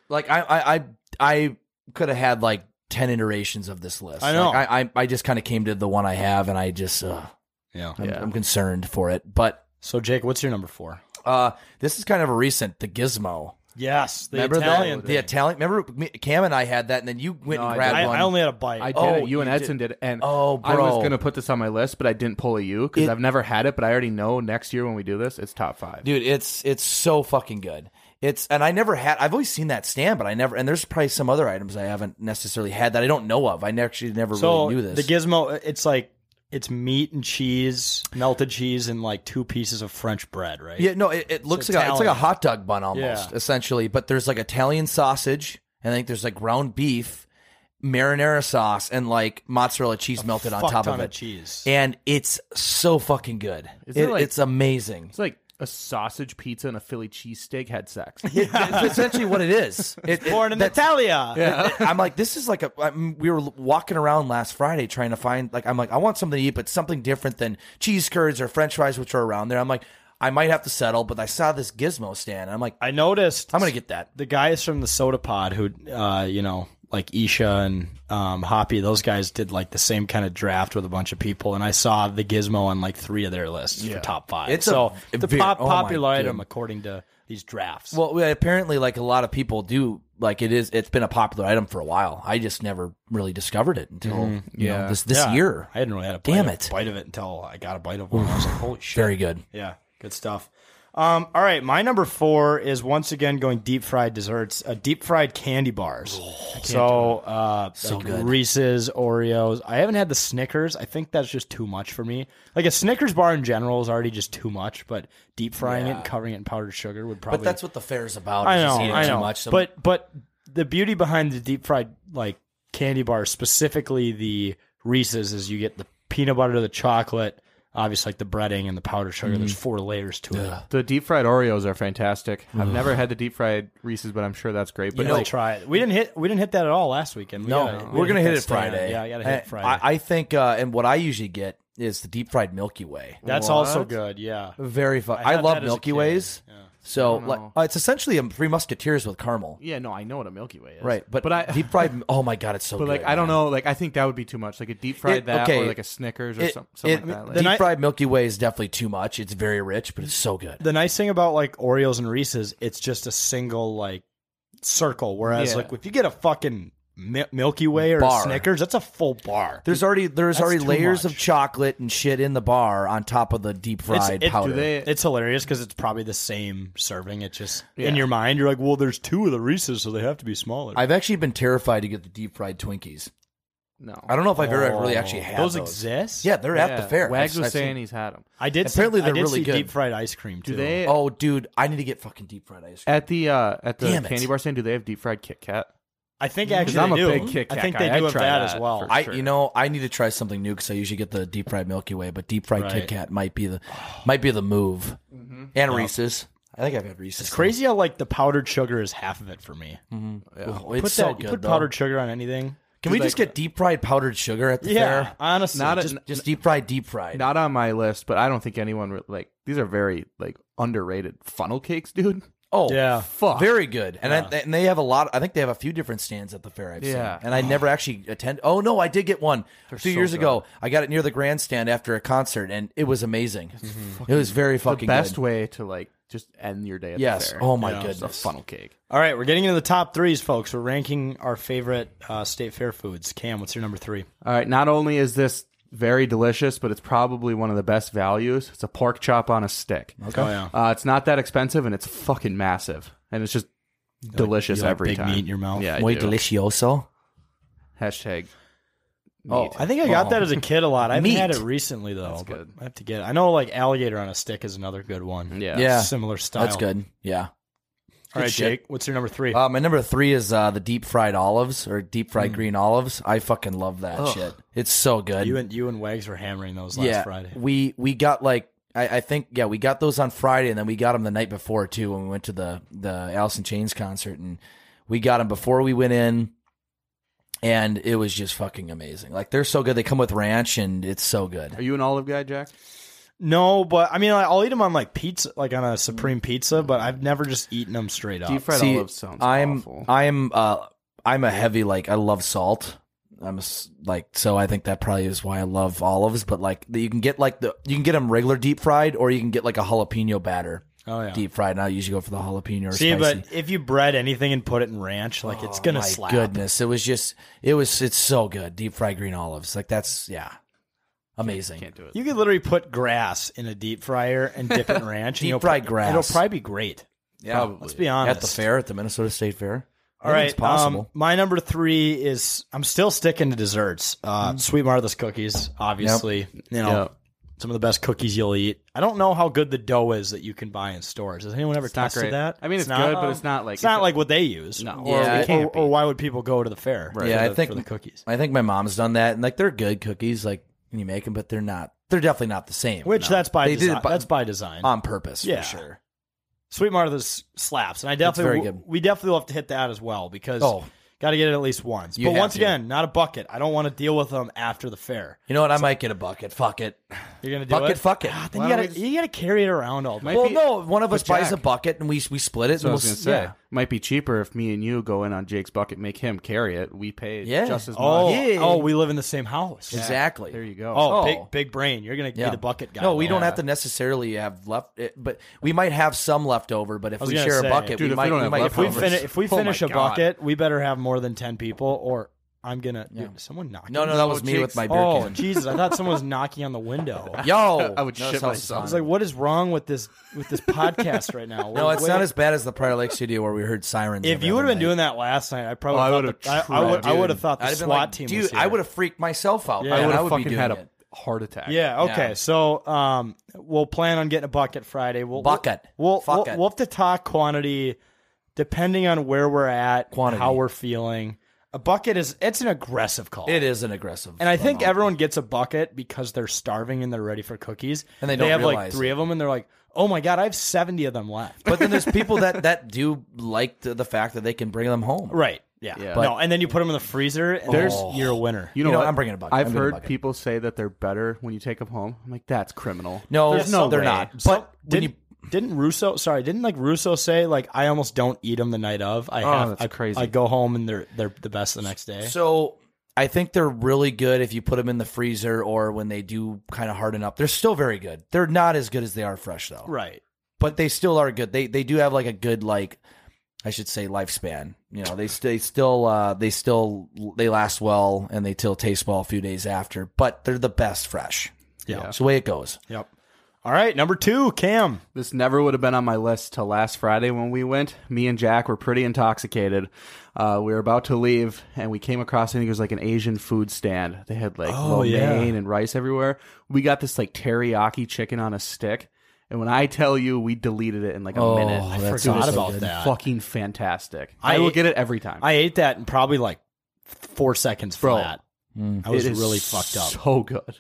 Speaker 10: like I, I, I, I could have had like ten iterations of this list.
Speaker 1: I know.
Speaker 10: Like, I, I, I just kind of came to the one I have, and I just, uh,
Speaker 1: Yeah.
Speaker 10: I'm, I'm concerned for it. But
Speaker 1: So Jake, what's your number four?
Speaker 10: uh, this is kind of a recent. The Gizmo.
Speaker 1: Yes, the
Speaker 10: remember
Speaker 1: Italian.
Speaker 10: that? The Italian. Remember me, Cam and I had that, and then you went
Speaker 9: No, I
Speaker 10: and grabbed
Speaker 9: didn't.
Speaker 10: one.
Speaker 1: I only had a bite.
Speaker 9: I did
Speaker 10: Oh,
Speaker 9: it. You and
Speaker 10: you
Speaker 9: Edson did, it, and
Speaker 10: Oh,
Speaker 9: I was
Speaker 10: bro.
Speaker 9: gonna put this on my list, but I didn't pull a you because
Speaker 10: It-
Speaker 9: I've never had it. But I already know next year when we do this, it's top five.
Speaker 10: dude it's it's so fucking good it's and i never had i've always seen that stand but i never and there's probably some other items i haven't necessarily had that i don't know of i ne- actually never
Speaker 1: so
Speaker 10: really knew this
Speaker 1: the gizmo, it's like it's meat and cheese, melted cheese, and like two pieces of French bread, right?
Speaker 10: yeah no it, it looks like a, it's like a
Speaker 1: Italian.
Speaker 10: hot dog bun almost
Speaker 1: Yeah.
Speaker 10: essentially but there's like italian sausage and i think there's like ground beef marinara sauce and like mozzarella cheese melted on
Speaker 1: fuck
Speaker 10: top of
Speaker 1: ton
Speaker 10: it
Speaker 1: of cheese.
Speaker 10: and it's so fucking good
Speaker 9: Is
Speaker 10: It-
Speaker 9: it like-
Speaker 10: it's amazing
Speaker 9: It's like a sausage pizza and a Philly cheesesteak had sex.
Speaker 10: It's essentially what it is. It, it-
Speaker 1: Born in
Speaker 10: that's-
Speaker 1: Italia.
Speaker 10: It- it- I'm like, this is like a. I'm, we were walking around last Friday trying to find like I'm like I want something to eat, but something different than cheese curds or French fries, which are around there. I'm like, I might have to settle, but I saw this gizmo stand. And I'm like,
Speaker 1: I noticed.
Speaker 10: I'm gonna get that.
Speaker 1: the guys from the soda pod who uh you know like isha and um hoppy those guys did like the same kind of draft with a bunch of people and i saw the gizmo on like three of their lists for top five
Speaker 10: It's
Speaker 1: so
Speaker 10: a-
Speaker 1: the
Speaker 10: ve-
Speaker 1: pop
Speaker 10: oh my
Speaker 1: popular item
Speaker 10: goodness.
Speaker 1: according to these drafts
Speaker 10: Well, we- apparently, like a lot of people do, like it is. It's been a popular item for a while. I just never really discovered it until you know,
Speaker 9: Yeah.
Speaker 10: this this
Speaker 1: Mm-hmm. Yeah,
Speaker 10: year.
Speaker 1: i hadn't really had a bite,
Speaker 10: Damn
Speaker 1: of,
Speaker 10: it.
Speaker 1: bite of it until i got a bite of one i was like holy shit
Speaker 10: Very good.
Speaker 1: yeah good stuff um all right my number four is once again going deep fried desserts uh, deep fried candy bars
Speaker 10: Oh,
Speaker 1: so uh
Speaker 10: So
Speaker 1: like
Speaker 10: good.
Speaker 1: Reese's, Oreos. I haven't had the Snickers. I think that's just too much for me. Like a Snickers bar in general is already just too much, but deep frying it and covering it in powdered sugar would probably.
Speaker 10: But that's what the fair's about.
Speaker 1: I
Speaker 10: is
Speaker 1: know.
Speaker 10: just eating
Speaker 1: I know.
Speaker 10: Too much. So-
Speaker 1: But but the beauty behind the deep fried like candy bar, specifically the Reese's, is you get the peanut butter, the chocolate, obviously like the breading and the powdered sugar.
Speaker 10: Mm-hmm.
Speaker 1: There's four layers to it.
Speaker 9: The deep fried Oreos are fantastic. I've never had the deep fried Reese's, but I'm sure that's great. But
Speaker 1: But
Speaker 9: like,
Speaker 1: try it. We didn't hit. We didn't hit that at all last weekend. We
Speaker 10: No,
Speaker 1: gotta- we
Speaker 10: we're
Speaker 1: gotta
Speaker 10: gonna hit
Speaker 1: that
Speaker 10: it
Speaker 1: stand.
Speaker 10: Friday.
Speaker 1: Yeah, I gotta hit
Speaker 10: I-
Speaker 1: Friday.
Speaker 10: I, I think, uh, and what I usually get is the deep fried Milky Way.
Speaker 1: That's
Speaker 9: What?
Speaker 1: also good. Yeah.
Speaker 10: Very fun.
Speaker 1: I
Speaker 10: I,
Speaker 1: had
Speaker 10: love
Speaker 1: that as a
Speaker 10: Milky
Speaker 1: kid.
Speaker 10: Ways. So like, uh, it's essentially a Three Musketeers with caramel,
Speaker 9: yeah, no, I know what a Milky Way is.
Speaker 10: right? But,
Speaker 9: but I
Speaker 10: deep fried. Oh my god, it's so.
Speaker 9: But
Speaker 10: good,
Speaker 9: like I don't
Speaker 10: man.
Speaker 9: know, like I think that would be too much. Like a deep fried
Speaker 10: It-
Speaker 9: that
Speaker 10: okay.
Speaker 9: or like a Snickers or
Speaker 10: It-
Speaker 9: some- something
Speaker 10: it-
Speaker 9: like that. Like,
Speaker 10: deep
Speaker 1: I-
Speaker 10: fried Milky Way is definitely too much. It's very rich, but it's so good.
Speaker 1: the nice thing about like Oreos and Reese's, it's just a single like circle. Whereas
Speaker 9: Yeah.
Speaker 1: like if you get a fucking Mi- Milky Way or
Speaker 10: Bar.
Speaker 1: Snickers, that's a full bar.
Speaker 10: There's already there's
Speaker 1: That's
Speaker 10: already
Speaker 1: too
Speaker 10: layers
Speaker 1: much.
Speaker 10: of chocolate and shit in the bar on top of the deep fried
Speaker 1: it- do
Speaker 10: powder.
Speaker 9: they-
Speaker 1: It's hilarious because it's probably the same serving. It's just
Speaker 9: Yeah.
Speaker 1: in your mind, you're like, well, there's two of the Reese's, so they have to be smaller.
Speaker 10: I've actually been terrified to get the deep fried Twinkies.
Speaker 9: no.
Speaker 10: I don't know if I've ever really actually had
Speaker 1: Oh, those, exist.
Speaker 10: Yeah, they're at
Speaker 9: Yeah,
Speaker 10: the fair.
Speaker 9: Wags
Speaker 10: I've-
Speaker 9: was
Speaker 10: I've seen-
Speaker 9: saying he's had them.
Speaker 1: I did.
Speaker 10: Apparently
Speaker 1: see,
Speaker 10: they're
Speaker 1: I did
Speaker 10: really
Speaker 1: see
Speaker 10: good.
Speaker 1: Deep fried ice cream too.
Speaker 9: Do they
Speaker 10: Oh, dude, I need to get fucking deep fried ice cream.
Speaker 9: at the uh at the
Speaker 10: Damn it.
Speaker 9: candy bar stand do they have deep fried Kit Kat?
Speaker 1: I think
Speaker 9: 'Cause
Speaker 1: actually
Speaker 9: I'm a
Speaker 1: they do.
Speaker 9: big Kit Kat
Speaker 1: I think
Speaker 9: guy.
Speaker 1: they
Speaker 9: I'd
Speaker 1: do have
Speaker 9: try
Speaker 1: that,
Speaker 9: that
Speaker 1: as well.
Speaker 9: for
Speaker 10: I,
Speaker 9: sure.
Speaker 10: you know, I need to try something new because I usually get the deep fried Milky Way, but deep fried Kit
Speaker 1: Right. Mm-hmm.
Speaker 10: Kat might be the might be the move. And Reese's, I think I've had Reese's.
Speaker 1: It's crazy how like the powdered sugar is half of it for me.
Speaker 10: Oh,
Speaker 1: Put
Speaker 10: it's
Speaker 1: that,
Speaker 10: so
Speaker 1: you
Speaker 10: good.
Speaker 1: put
Speaker 10: though.
Speaker 1: powdered sugar on anything.
Speaker 10: Can we just get deep fried powdered sugar at the
Speaker 1: Yeah,
Speaker 10: fair?
Speaker 1: honestly,
Speaker 9: Not a-
Speaker 10: just, just deep fried, deep fried.
Speaker 9: Not on my list, but I don't think anyone re- like these are very like underrated funnel cakes, dude.
Speaker 10: Oh
Speaker 1: Yeah.
Speaker 10: fuck, very good. And I,
Speaker 1: Yeah.
Speaker 10: and they have a lot. I think they have a few different stands at the fair. I've
Speaker 1: Yeah.
Speaker 10: seen, and I never actually attend. Oh no, I did get one
Speaker 9: They're
Speaker 10: two
Speaker 9: so
Speaker 10: years ago. I got it near the grandstand after a concert, and it was amazing. Mm-hmm. It was very fucking
Speaker 9: the best
Speaker 10: good.
Speaker 9: way to like just end your day. At
Speaker 10: Yes.
Speaker 9: The fair.
Speaker 10: Oh my
Speaker 9: It's
Speaker 10: goodness.
Speaker 9: a funnel cake.
Speaker 1: All right, we're getting into the top threes, folks. We're ranking our favorite uh, state fair foods. Cam, what's your number three?
Speaker 9: All right. Not only is this very delicious, but it's probably one of the best values. It's a pork chop on a stick.
Speaker 1: Okay. Oh, yeah.
Speaker 9: Uh, it's not that expensive, and it's fucking massive, and it's just delicious
Speaker 1: you like
Speaker 9: every
Speaker 1: big
Speaker 9: time.
Speaker 1: meat in your mouth?
Speaker 9: Yeah. I
Speaker 10: Muy
Speaker 9: do.
Speaker 10: delicioso.
Speaker 9: Hashtag.
Speaker 1: Oh,
Speaker 9: meat.
Speaker 1: I think I got
Speaker 9: Oh.
Speaker 1: that as a kid a lot. I haven't had
Speaker 9: Meat.
Speaker 1: it recently though.
Speaker 9: That's
Speaker 1: but
Speaker 9: good.
Speaker 1: I have to get. It. I know like alligator on a stick is another good one.
Speaker 9: Yeah.
Speaker 10: Yeah.
Speaker 1: similar style.
Speaker 10: That's good. Yeah.
Speaker 1: All right,
Speaker 10: Good shit.
Speaker 1: Jake, what's your number three?
Speaker 10: Uh, my number three is uh, the deep fried olives or deep fried green olives. I fucking love that
Speaker 1: Ugh.
Speaker 10: shit. It's so good.
Speaker 1: you and you and Wags were hammering those last Friday.
Speaker 10: We we got like I, I think yeah we got those on Friday and then we got them the night before too when we went to the the Alice in Chains concert and we got them before we went in and it was just fucking amazing. Like they're so good. They come with ranch and it's so good.
Speaker 9: Are you an olive guy, Jack?
Speaker 1: No, but I mean, like, I'll eat them on like pizza, like on a supreme pizza. But I've never just eaten them straight up.
Speaker 9: Deep fried
Speaker 10: See,
Speaker 9: olives sounds
Speaker 10: I'm
Speaker 9: awful.
Speaker 10: I'm uh I'm a heavy like I love salt. I'm a s like so I think that probably is why I love olives. But like the, you can get like the you can get them regular deep fried or you can get like a jalapeno batter.
Speaker 1: Oh, yeah.
Speaker 10: deep fried. And I usually go for the jalapeno. Or
Speaker 1: See,
Speaker 10: spicy. Oh
Speaker 1: but if you bread anything and put it in ranch, like it's gonna
Speaker 10: my
Speaker 1: slap.
Speaker 10: goodness it was just it was it's so good deep fried green olives like that's yeah amazing
Speaker 9: can't do it
Speaker 1: You could literally put grass in a deep fryer and dip it in ranch. and
Speaker 10: Deep
Speaker 1: you'll
Speaker 10: fried
Speaker 1: pro-
Speaker 10: grass.
Speaker 1: It'll probably be great. Let's be honest.
Speaker 10: at the fair at the minnesota state fair I
Speaker 1: All
Speaker 10: think
Speaker 1: right,
Speaker 10: it's possible
Speaker 1: um, my number three is I'm still sticking to desserts. Uh, Sweet Martha's cookies, obviously. You know,
Speaker 9: Yep.
Speaker 1: some of the best cookies you'll eat. I don't know how good the dough is that you can buy in stores. Has anyone ever
Speaker 9: not
Speaker 1: tested
Speaker 9: great.
Speaker 1: that?
Speaker 9: I mean, it's good, but it's not like-
Speaker 1: it's not like what they use.
Speaker 9: No.
Speaker 1: or,
Speaker 10: Yeah, it
Speaker 1: or-
Speaker 10: can't
Speaker 1: or why would people go to the fair? for
Speaker 10: yeah
Speaker 1: the-
Speaker 10: i think
Speaker 1: for the cookies,
Speaker 10: i think my mom's done that and like they're good cookies like when you make them but they're not they're definitely not the same
Speaker 1: which that's by
Speaker 10: They did it
Speaker 1: design.
Speaker 10: by-
Speaker 1: that's by design.
Speaker 10: on purpose
Speaker 1: Yeah.
Speaker 10: for sure
Speaker 1: Sweet Martha's slaps, and I definitely
Speaker 10: very good.
Speaker 1: we definitely will have to hit that as well because
Speaker 10: Oh.
Speaker 1: got to get it at least once.
Speaker 10: You
Speaker 1: but
Speaker 10: have
Speaker 1: once
Speaker 10: to.
Speaker 1: again, not a bucket. I don't want to deal with them after the fair.
Speaker 10: you know what i might get a bucket fuck it
Speaker 1: You're gonna do
Speaker 10: fuck it,
Speaker 1: it. Ah,
Speaker 10: fuck it
Speaker 1: Then
Speaker 9: Why
Speaker 1: you
Speaker 9: don't
Speaker 1: gotta
Speaker 9: we
Speaker 1: you gotta carry it around all day.
Speaker 9: Might
Speaker 10: well
Speaker 9: be-
Speaker 10: no one of
Speaker 9: But
Speaker 10: us buys
Speaker 9: Jack-
Speaker 10: a bucket and we we split it
Speaker 9: So I
Speaker 10: and
Speaker 9: was
Speaker 10: we'll
Speaker 9: gonna
Speaker 10: s-
Speaker 9: say
Speaker 10: yeah.
Speaker 9: might be cheaper if me and you go in on Jake's bucket, make him carry it. We pay
Speaker 10: Yeah.
Speaker 9: just as much.
Speaker 1: Oh,
Speaker 10: Yeah.
Speaker 1: oh, we live in the same house.
Speaker 10: exactly
Speaker 9: There you go.
Speaker 1: Oh,
Speaker 10: Oh.
Speaker 1: big big brain. You're gonna
Speaker 10: Yeah.
Speaker 1: be the bucket guy.
Speaker 10: No, we
Speaker 1: though.
Speaker 10: don't have to necessarily have left, it, but we might have some left over. But
Speaker 1: I
Speaker 10: if
Speaker 1: was
Speaker 10: we
Speaker 1: gonna
Speaker 10: share
Speaker 1: say,
Speaker 10: a bucket,
Speaker 9: dude, if
Speaker 10: we
Speaker 9: we
Speaker 10: might.
Speaker 9: don't have
Speaker 10: might
Speaker 1: If we
Speaker 9: leftovers.
Speaker 1: finish if we
Speaker 9: Oh my
Speaker 1: finish a
Speaker 9: God.
Speaker 1: bucket, we better have more than ten people, or I'm gonna. Dude, is someone knocking.
Speaker 10: no, no, that was me with my beer
Speaker 1: Oh
Speaker 10: can.
Speaker 1: Jesus! I thought someone was knocking on the window.
Speaker 10: Yo,
Speaker 9: I would
Speaker 10: No,
Speaker 9: shit
Speaker 10: sounds
Speaker 9: myself.
Speaker 1: I was
Speaker 10: fun.
Speaker 1: like, what is wrong with this with this podcast right now?
Speaker 10: no,
Speaker 1: We're
Speaker 10: it's
Speaker 1: way-
Speaker 10: not as bad as the Prior Lake Studio where we heard sirens.
Speaker 1: If
Speaker 10: every
Speaker 1: you would have
Speaker 10: other
Speaker 1: been
Speaker 10: night.
Speaker 1: doing that last night, I
Speaker 9: Oh, I
Speaker 1: probably
Speaker 9: would've
Speaker 1: would have. I would. I
Speaker 9: tried,
Speaker 1: would have
Speaker 9: dude.
Speaker 1: thought the
Speaker 10: I'd have been
Speaker 1: SWAT
Speaker 10: like,
Speaker 1: team
Speaker 10: dude,
Speaker 1: was here.
Speaker 10: I would have freaked myself out.
Speaker 1: Yeah.
Speaker 10: man.
Speaker 1: I
Speaker 9: I would
Speaker 10: I
Speaker 9: have
Speaker 10: would be
Speaker 9: fucking
Speaker 10: doing
Speaker 9: had a
Speaker 10: it.
Speaker 9: heart attack.
Speaker 1: Yeah. Okay.
Speaker 10: Yeah.
Speaker 1: So, um, we'll plan on getting a bucket Friday. We'll
Speaker 10: Bucket.
Speaker 1: We'll
Speaker 10: Fuck
Speaker 1: we'll,
Speaker 10: it.
Speaker 1: we'll have to talk quantity, depending on where we're at,
Speaker 10: Quantity.
Speaker 1: how we're feeling. A bucket is it's an aggressive call.
Speaker 10: It is an aggressive,
Speaker 1: And I think
Speaker 10: amount.
Speaker 1: everyone gets a bucket because they're starving and they're ready for cookies.
Speaker 10: And they don't
Speaker 1: have like
Speaker 10: realize
Speaker 1: three
Speaker 10: it.
Speaker 1: of them, and they're like, "Oh my god, I have seventy of them left."
Speaker 10: But then there's people that that do like the, the fact that they can bring them home.
Speaker 1: right? Yeah.
Speaker 9: Yeah.
Speaker 1: no, and then you put them in the freezer, and
Speaker 9: There's-
Speaker 1: there's you're a winner.
Speaker 9: You know,
Speaker 10: You know,
Speaker 9: what?
Speaker 10: I'm bringing a bucket.
Speaker 9: I've
Speaker 10: I'm bringing a
Speaker 9: heard
Speaker 10: bucket.
Speaker 9: people say that they're better when you take them home. I'm like, that's criminal.
Speaker 10: No,
Speaker 1: There's no
Speaker 10: they're
Speaker 1: way.
Speaker 10: not. But
Speaker 1: Some-
Speaker 10: when
Speaker 1: didn't,
Speaker 10: you
Speaker 1: didn't Russo? Sorry, didn't like Russo say like I almost don't eat them the night of. I
Speaker 9: Oh,
Speaker 1: have
Speaker 9: that's
Speaker 1: I,
Speaker 9: crazy.
Speaker 1: I go home and they're they're the best the next day.
Speaker 10: So I think they're really good if you put them in the freezer or when they do kind of harden up. They're still very good. They're not as good as they are fresh though.
Speaker 1: right.
Speaker 10: But they still are good. They they do have like a good like I should say lifespan. You know, they stay still uh they still they last well and they still taste well a few days after, but they're the best fresh.
Speaker 1: Yeah.
Speaker 10: It's the way it goes.
Speaker 1: Yep. All right, number two, Cam.
Speaker 9: This never would have been on my list till last Friday when we went. Me and Jack were pretty intoxicated. Uh, we were about to leave, and we came across. I think it was like an Asian food stand. They had like
Speaker 1: Oh,
Speaker 9: lo
Speaker 1: yeah.
Speaker 9: mein and rice everywhere. We got this like teriyaki chicken on a stick, and when I tell you, we deleted it in like a
Speaker 10: Oh,
Speaker 9: minute.
Speaker 10: I
Speaker 9: Dude,
Speaker 1: forgot
Speaker 9: it's
Speaker 1: about that.
Speaker 9: Fucking fantastic! I, will
Speaker 1: ate-
Speaker 9: get it every time.
Speaker 1: I ate that in probably like four seconds
Speaker 9: Bro.
Speaker 1: flat.
Speaker 10: Mm.
Speaker 1: I was
Speaker 9: It is
Speaker 1: really fucked up.
Speaker 9: So good,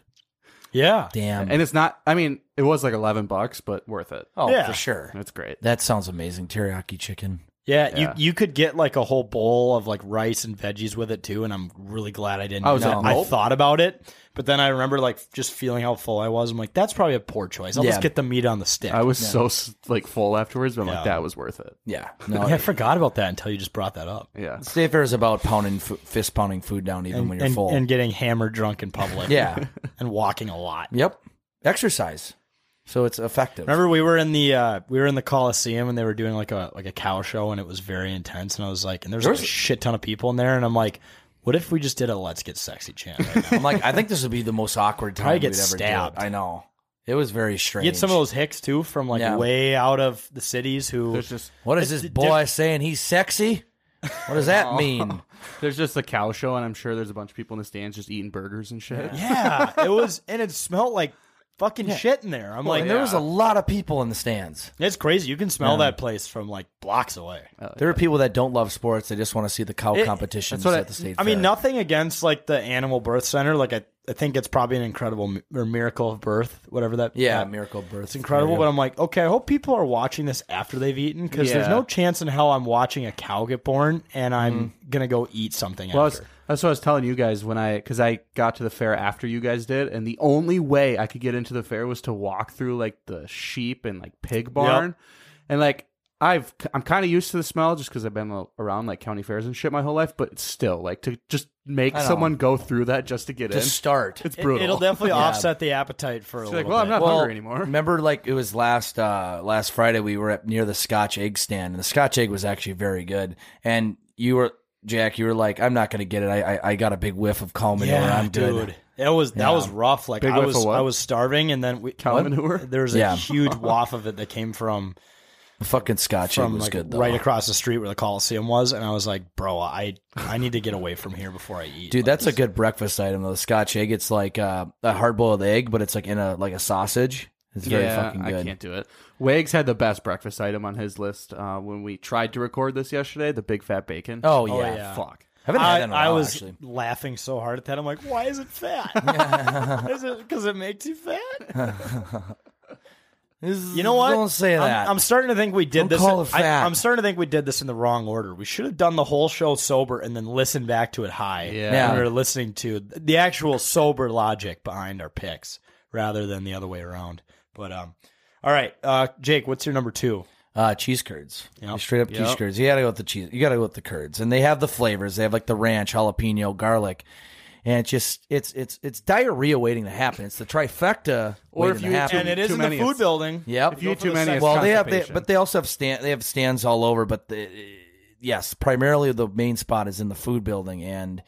Speaker 1: yeah.
Speaker 10: Damn.
Speaker 9: and it's not. I mean, it was like eleven bucks, but worth it.
Speaker 10: oh,
Speaker 1: yeah.
Speaker 10: for sure.
Speaker 9: That's great.
Speaker 10: That sounds amazing. Teriyaki chicken.
Speaker 1: Yeah, you you could get like a whole bowl of like rice and veggies with it too, and I'm really glad I didn't.
Speaker 9: I was
Speaker 1: No.
Speaker 9: at
Speaker 1: I
Speaker 9: Oh, Nope.
Speaker 1: thought about it, but then I remember like just feeling how full I was. I'm like, that's probably a poor choice. I'll
Speaker 9: Yeah.
Speaker 1: just get the meat on the stick.
Speaker 9: I was so so like full afterwards, but I'm
Speaker 1: Yeah.
Speaker 9: like that was worth it.
Speaker 10: Yeah.
Speaker 1: No, I forgot about that until you just brought that up.
Speaker 9: Yeah,
Speaker 10: State fair is about pounding, fo- fist pounding food down even
Speaker 1: and,
Speaker 10: when you're
Speaker 1: and-
Speaker 10: full.
Speaker 1: and getting hammered drunk in public.
Speaker 10: Yeah.
Speaker 1: and walking a lot.
Speaker 10: yep, exercise. So it's effective.
Speaker 1: Remember we were in the uh, we were in the Coliseum and they were doing like a like a cow show and it was very intense and I was like and there's
Speaker 10: There
Speaker 1: there
Speaker 10: was-
Speaker 1: a shit ton of people in there and I'm like, what if we just did a let's get sexy chant? Right now?
Speaker 10: I'm like, I think this would be the most awkward time
Speaker 1: Probably
Speaker 10: we'd
Speaker 1: get
Speaker 10: ever
Speaker 1: stabbed.
Speaker 10: do it. I know. It was very strange.
Speaker 1: You get some of those hicks too from like
Speaker 10: Yeah.
Speaker 1: way out of the cities who
Speaker 9: There's just-
Speaker 10: What is
Speaker 1: It's
Speaker 10: this
Speaker 1: di- Oh.
Speaker 10: boy saying? He's sexy. What does that mean?
Speaker 9: There's just a cow show, and I'm sure there's a bunch of people in the stands just eating burgers and shit.
Speaker 1: Yeah, it was, and it smelled like fucking shit in there. I'm
Speaker 10: Well,
Speaker 1: like,
Speaker 10: there was a lot of people in the stands.
Speaker 1: It's crazy. You can smell
Speaker 10: Yeah.
Speaker 1: that place from like blocks away.
Speaker 10: There are people that don't love sports. They just want to see the cow
Speaker 1: Oh, It-
Speaker 10: competitions
Speaker 1: that's what
Speaker 10: at
Speaker 1: I-
Speaker 10: the state
Speaker 1: I
Speaker 10: fair.
Speaker 1: mean, nothing against like the Animal Birth Center. Like, I, I think it's probably an incredible mi- or miracle of birth, whatever that.
Speaker 10: Yeah,
Speaker 1: that-
Speaker 10: miracle birth.
Speaker 1: It's incredible, but I'm like, okay, I hope people are watching this after they've eaten because there's
Speaker 9: Yeah.
Speaker 1: no chance in hell I'm watching a cow get born and I'm
Speaker 10: Mm-hmm.
Speaker 1: gonna go eat something
Speaker 9: Well, I was-
Speaker 1: after.
Speaker 9: that's what I was telling you guys when I, because I got to the fair after you guys did, and the only way I could get into the fair was to walk through like the sheep and like pig barn, and like I've I'm kind of used to the smell just because I've been a- around like county fairs and shit my whole life, but still like to just make
Speaker 10: I know.
Speaker 9: someone go through that just to get
Speaker 10: To
Speaker 9: in
Speaker 10: start.
Speaker 9: It's
Speaker 1: It-
Speaker 9: brutal.
Speaker 1: it'll definitely
Speaker 9: Yeah.
Speaker 1: offset the appetite for a
Speaker 9: It's
Speaker 1: little
Speaker 9: like, well,
Speaker 1: bit.
Speaker 9: I'm not hungry anymore.
Speaker 10: Remember, like it was last uh last Friday. We were up near the Scotch egg stand, and the Scotch egg was actually very good. And you were Jack. You were like, I'm not going to get it. I, I I got a big whiff of cow manure. I'm good.
Speaker 1: That was that
Speaker 10: Yeah.
Speaker 1: was rough. Like
Speaker 10: Big
Speaker 1: I
Speaker 10: whiff
Speaker 1: was
Speaker 10: of what?
Speaker 1: I was starving, and then we,
Speaker 10: Cow
Speaker 1: what?
Speaker 10: manure?
Speaker 1: There was a
Speaker 10: Yeah.
Speaker 1: huge waft of it that came from
Speaker 10: The fucking Scotch egg
Speaker 1: from
Speaker 10: was
Speaker 1: like
Speaker 10: good though.
Speaker 1: right across the street where the Coliseum was, and I was like, bro, I I need to get away from here before I eat.
Speaker 10: Dude, that's a good breakfast item though. The Scotch egg. It's like uh, a hard boiled egg, but it's like in a like a sausage. It's very
Speaker 9: yeah,
Speaker 10: fucking good.
Speaker 9: I can't do it. Wags had the best breakfast item on his list uh, when we tried to record this yesterday. The big fat bacon.
Speaker 10: Oh, yeah.
Speaker 9: fuck.
Speaker 10: Haven't had
Speaker 1: I,
Speaker 10: that in a
Speaker 1: I
Speaker 10: while,
Speaker 1: was
Speaker 10: actually.
Speaker 1: laughing so hard at that. I'm like, why is it fat? is it because it makes you fat? You know what?
Speaker 10: Don't say
Speaker 1: I'm-
Speaker 10: that.
Speaker 1: I'm, starting to think we did
Speaker 10: Don't
Speaker 1: this.
Speaker 10: call it fat.
Speaker 1: I, am starting to think we did this in the wrong order. We should have done the whole show sober and then listened back to it high.
Speaker 10: Yeah.
Speaker 1: And we were listening to the actual sober logic behind our picks rather than the other way around. But um, all right, uh, Jake, what's your number two?
Speaker 10: Uh, cheese curds.
Speaker 1: Yep.
Speaker 10: Straight up cheese
Speaker 1: Yep.
Speaker 10: curds. You gotta go with the cheese. You gotta go with the curds, and they have the flavors. They have like the ranch, jalapeno, garlic, and it's just it's it's it's diarrhea waiting to happen. It's the trifecta.
Speaker 9: Or
Speaker 10: waiting
Speaker 9: if
Speaker 10: to
Speaker 9: you eat
Speaker 10: happen.
Speaker 9: too- And it is too in the many, food it's-
Speaker 1: building.
Speaker 10: Yep.
Speaker 9: If you eat too many, it's
Speaker 10: well, they have they,
Speaker 9: constipation.
Speaker 10: but they also have stand they have stands all over. But the, yes, primarily the main spot is in the food building, and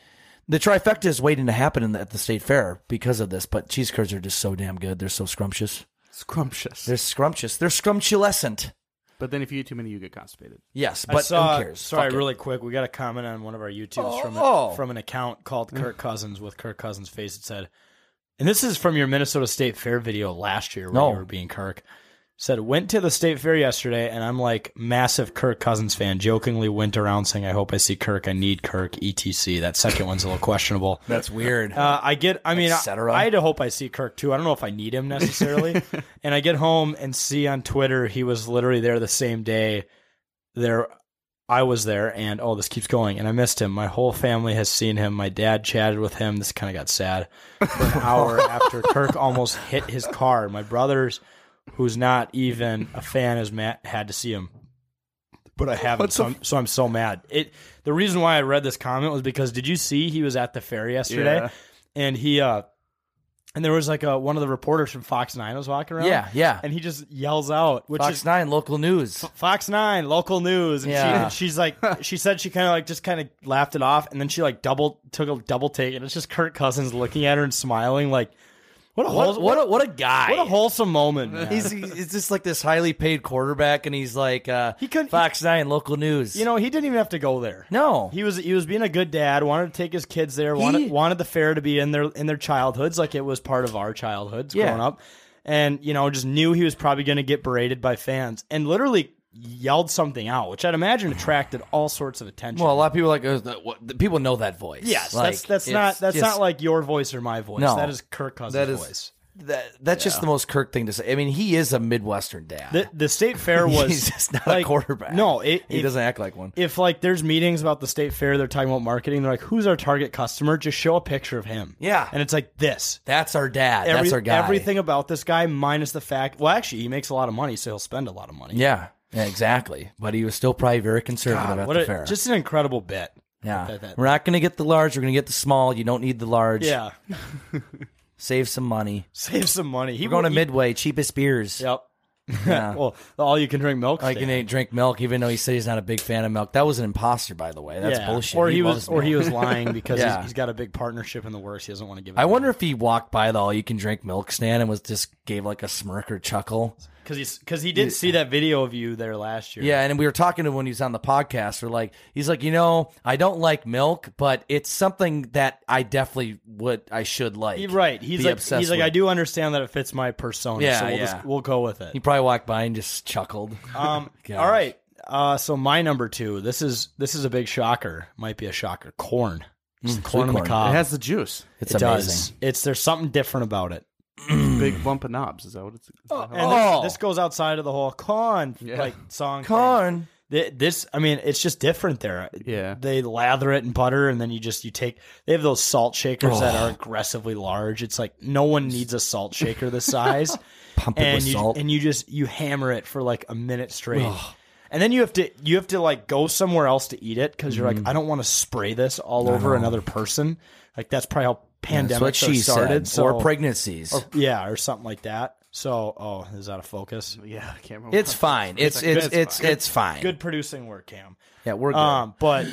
Speaker 10: the trifecta is waiting to happen in the, at the state fair because of this. But cheese curds are just so damn good. They're so scrumptious.
Speaker 9: Scrumptious.
Speaker 10: They're scrumptious. They're scrumptulescent.
Speaker 9: But then if you eat too many, you get constipated.
Speaker 10: Yes,
Speaker 1: I
Speaker 10: but
Speaker 1: saw-
Speaker 10: who cares?
Speaker 1: Sorry,
Speaker 10: Fuck it.
Speaker 1: really quick, we got a comment on one of our YouTubes from
Speaker 10: Oh.
Speaker 1: a, from an account called Kirk Cousins with Kirk Cousins face. It said, and this is from your Minnesota State Fair video last year where
Speaker 10: No.
Speaker 1: you were being Kirk. Said went to the state fair yesterday, and I'm like massive Kirk Cousins fan. Jokingly went around saying, "I hope I see Kirk. I need Kirk." Etc. That second one's a little questionable.
Speaker 10: That's weird.
Speaker 1: Uh, I get. I mean,
Speaker 10: Et cetera.
Speaker 1: I, I'd hope I see Kirk too. I don't know if I need him necessarily. and I get home and see on Twitter he was literally there the same day. There, I was there, and oh, this keeps going, and I missed him. My whole family has seen him. My dad chatted with him. This kind of got sad. For an hour after Kirk almost hit his car, my brothers, who's not even a fan, is Matt had to see him. But I haven't, so, I'm, so I'm so mad. It the reason why I read this comment was because did you see he was at the fair yesterday,
Speaker 9: Yeah.
Speaker 1: and he uh, and there was like a one of the reporters from Fox Nine was walking around.
Speaker 10: Yeah, yeah.
Speaker 1: And he just yells out, which
Speaker 10: Fox
Speaker 1: is
Speaker 10: Nine local news.
Speaker 1: Fox Nine local news. And
Speaker 10: Yeah.
Speaker 1: she, she's like, she said she kind of like just kind of laughed it off, and then she like double took a double take, and it's just Kirk Cousins looking at her and smiling like, what a
Speaker 10: What
Speaker 1: wholes-
Speaker 10: what a, what a guy!
Speaker 1: what a wholesome moment. man.
Speaker 10: He's, he's just like this highly paid quarterback, and he's like uh, he
Speaker 1: couldn't-
Speaker 10: Fox Nine local news.
Speaker 1: you know he didn't even have to go there.
Speaker 10: no,
Speaker 1: He was he was being a good dad. Wanted to take his kids there. Wanted wanted the fair to be in their in their childhoods, like it was part of our childhoods
Speaker 10: Yeah.
Speaker 1: growing up. And you know, just knew he was probably going to get berated by fans, and literally yelled something out, which I'd imagine attracted all sorts of attention.
Speaker 10: well, a lot of people are like uh, that- what, the people know that voice.
Speaker 1: yes,
Speaker 10: Like,
Speaker 1: that's that's
Speaker 10: it's
Speaker 1: not that's
Speaker 10: just-
Speaker 1: not like your voice or my voice.
Speaker 10: No.
Speaker 1: that is Kirk Cousins'
Speaker 10: That is-
Speaker 1: voice.
Speaker 10: that that's just the most Kirk thing to say. I mean, he is a Midwestern dad.
Speaker 1: The, the state fair was
Speaker 10: He's just not
Speaker 1: like-
Speaker 10: a quarterback.
Speaker 1: No, it,
Speaker 10: he
Speaker 1: if-
Speaker 10: doesn't act like one.
Speaker 1: If like there's meetings about the state fair, they're talking about marketing. They're like, "Who's our target customer?" Just show a picture of him.
Speaker 10: Yeah.
Speaker 1: and it's like this.
Speaker 10: That's our dad.
Speaker 1: Every-
Speaker 10: that's our guy.
Speaker 1: Everything about this guy, minus the fact. Well, actually, he makes a lot of money, so he'll spend a lot of money.
Speaker 10: Yeah, yeah, exactly. But he was still probably very conservative
Speaker 1: God,
Speaker 10: at
Speaker 1: what
Speaker 10: the
Speaker 1: a-
Speaker 10: fair.
Speaker 1: Just an incredible bit.
Speaker 10: yeah,
Speaker 1: That- that-
Speaker 10: we're not going to get the large. We're going to get the small. You don't need the large.
Speaker 1: yeah.
Speaker 10: save some money.
Speaker 1: Save some money. He
Speaker 10: we're going to
Speaker 1: he-
Speaker 10: Midway, cheapest beers.
Speaker 1: Yep.
Speaker 10: Yeah.
Speaker 1: well, the all you can drink milk.
Speaker 10: I can
Speaker 1: stand.
Speaker 10: drink milk, even though he said he's not a big fan of milk. That was an imposter, by the way. That's
Speaker 1: Yeah.
Speaker 10: bullshit.
Speaker 1: Or he, was,
Speaker 10: loves
Speaker 1: or he
Speaker 10: milk.
Speaker 1: was lying because
Speaker 10: Yeah.
Speaker 1: he's, he's got a big partnership in the works. He doesn't want to give it
Speaker 10: I wonder if he walked by the all you can drink milk stand and was just gave like a smirk or chuckle.
Speaker 1: because he's because he did see that video of you there last year.
Speaker 10: Yeah, and we were talking to him when he was on the podcast. We're like, he's like, you know, I don't like milk, but it's something that I definitely would, I should like.
Speaker 1: He- right. He's
Speaker 10: be
Speaker 1: like
Speaker 10: obsessed
Speaker 1: he's like
Speaker 10: with.
Speaker 1: I do understand that it fits my persona.
Speaker 10: Yeah,
Speaker 1: so we'll,
Speaker 10: yeah.
Speaker 1: Just, we'll go with it.
Speaker 10: He probably walked by and just chuckled.
Speaker 1: Um,
Speaker 10: Gosh.
Speaker 1: all right. Uh, so my number two. This is this is a big shocker. Might be a shocker. Corn. It's the
Speaker 10: Mm,
Speaker 1: corn on the
Speaker 10: sweet corn.
Speaker 1: cob.
Speaker 9: It has the juice.
Speaker 10: It's
Speaker 1: it does.
Speaker 10: amazing.
Speaker 1: It's there's something different about it.
Speaker 9: Big bump of knobs. Is that what it's? is that how-
Speaker 1: And
Speaker 10: Oh.
Speaker 1: this, this goes outside of the whole corn like song. thing.
Speaker 10: Corn.
Speaker 1: Th- This, I mean, it's just different there.
Speaker 9: Yeah.
Speaker 1: They lather it in butter, and then you just you take. They have those salt shakers that
Speaker 10: Oh.
Speaker 1: are aggressively large. It's like no one needs a salt shaker this size.
Speaker 10: Pump it
Speaker 1: and
Speaker 10: with
Speaker 1: you,
Speaker 10: salt.
Speaker 1: and you just you hammer it for like a minute straight.
Speaker 10: Ugh.
Speaker 1: And then you have to you have to like go somewhere else to eat it because you're like I don't want to spray this all
Speaker 10: Mm-hmm. I
Speaker 1: over
Speaker 10: know.
Speaker 1: another person. Like that's probably how
Speaker 10: And
Speaker 1: pandemics
Speaker 10: that's what
Speaker 1: are
Speaker 10: she
Speaker 1: started.
Speaker 10: said.
Speaker 1: So
Speaker 10: or pregnancies.
Speaker 1: or- yeah, or something like that. So oh, is that a focus?
Speaker 9: yeah, I can't remember.
Speaker 10: it's fine. It's it's it's it's fine.
Speaker 1: Good producing work, Cam.
Speaker 10: Yeah, we're good.
Speaker 1: Um, but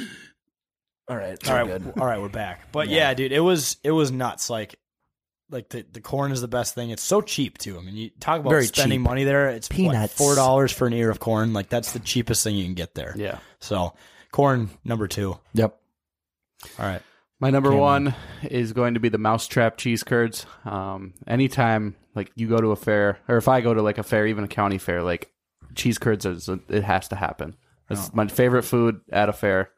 Speaker 10: all right,
Speaker 1: all
Speaker 10: we're
Speaker 1: right,
Speaker 10: good.
Speaker 1: all right, we're back. But yeah.
Speaker 10: Yeah.
Speaker 1: dude, it was it was nuts. Like, like the the corn is the best thing. It's so cheap too. I mean, you talk about
Speaker 10: Very
Speaker 1: spending
Speaker 10: cheap.
Speaker 1: money there. It's what,
Speaker 10: Peanuts.
Speaker 1: four dollars for an ear of corn. Like that's the cheapest thing you can get there.
Speaker 9: Yeah.
Speaker 1: So corn number two. All
Speaker 10: Yep.
Speaker 1: right.
Speaker 9: My number
Speaker 10: Can't
Speaker 9: one is going to be the mousetrap cheese curds. Um, anytime like you go to a fair, or if I go to like a fair, even a county fair, like cheese curds is it has to happen. It's my favorite food at a fair.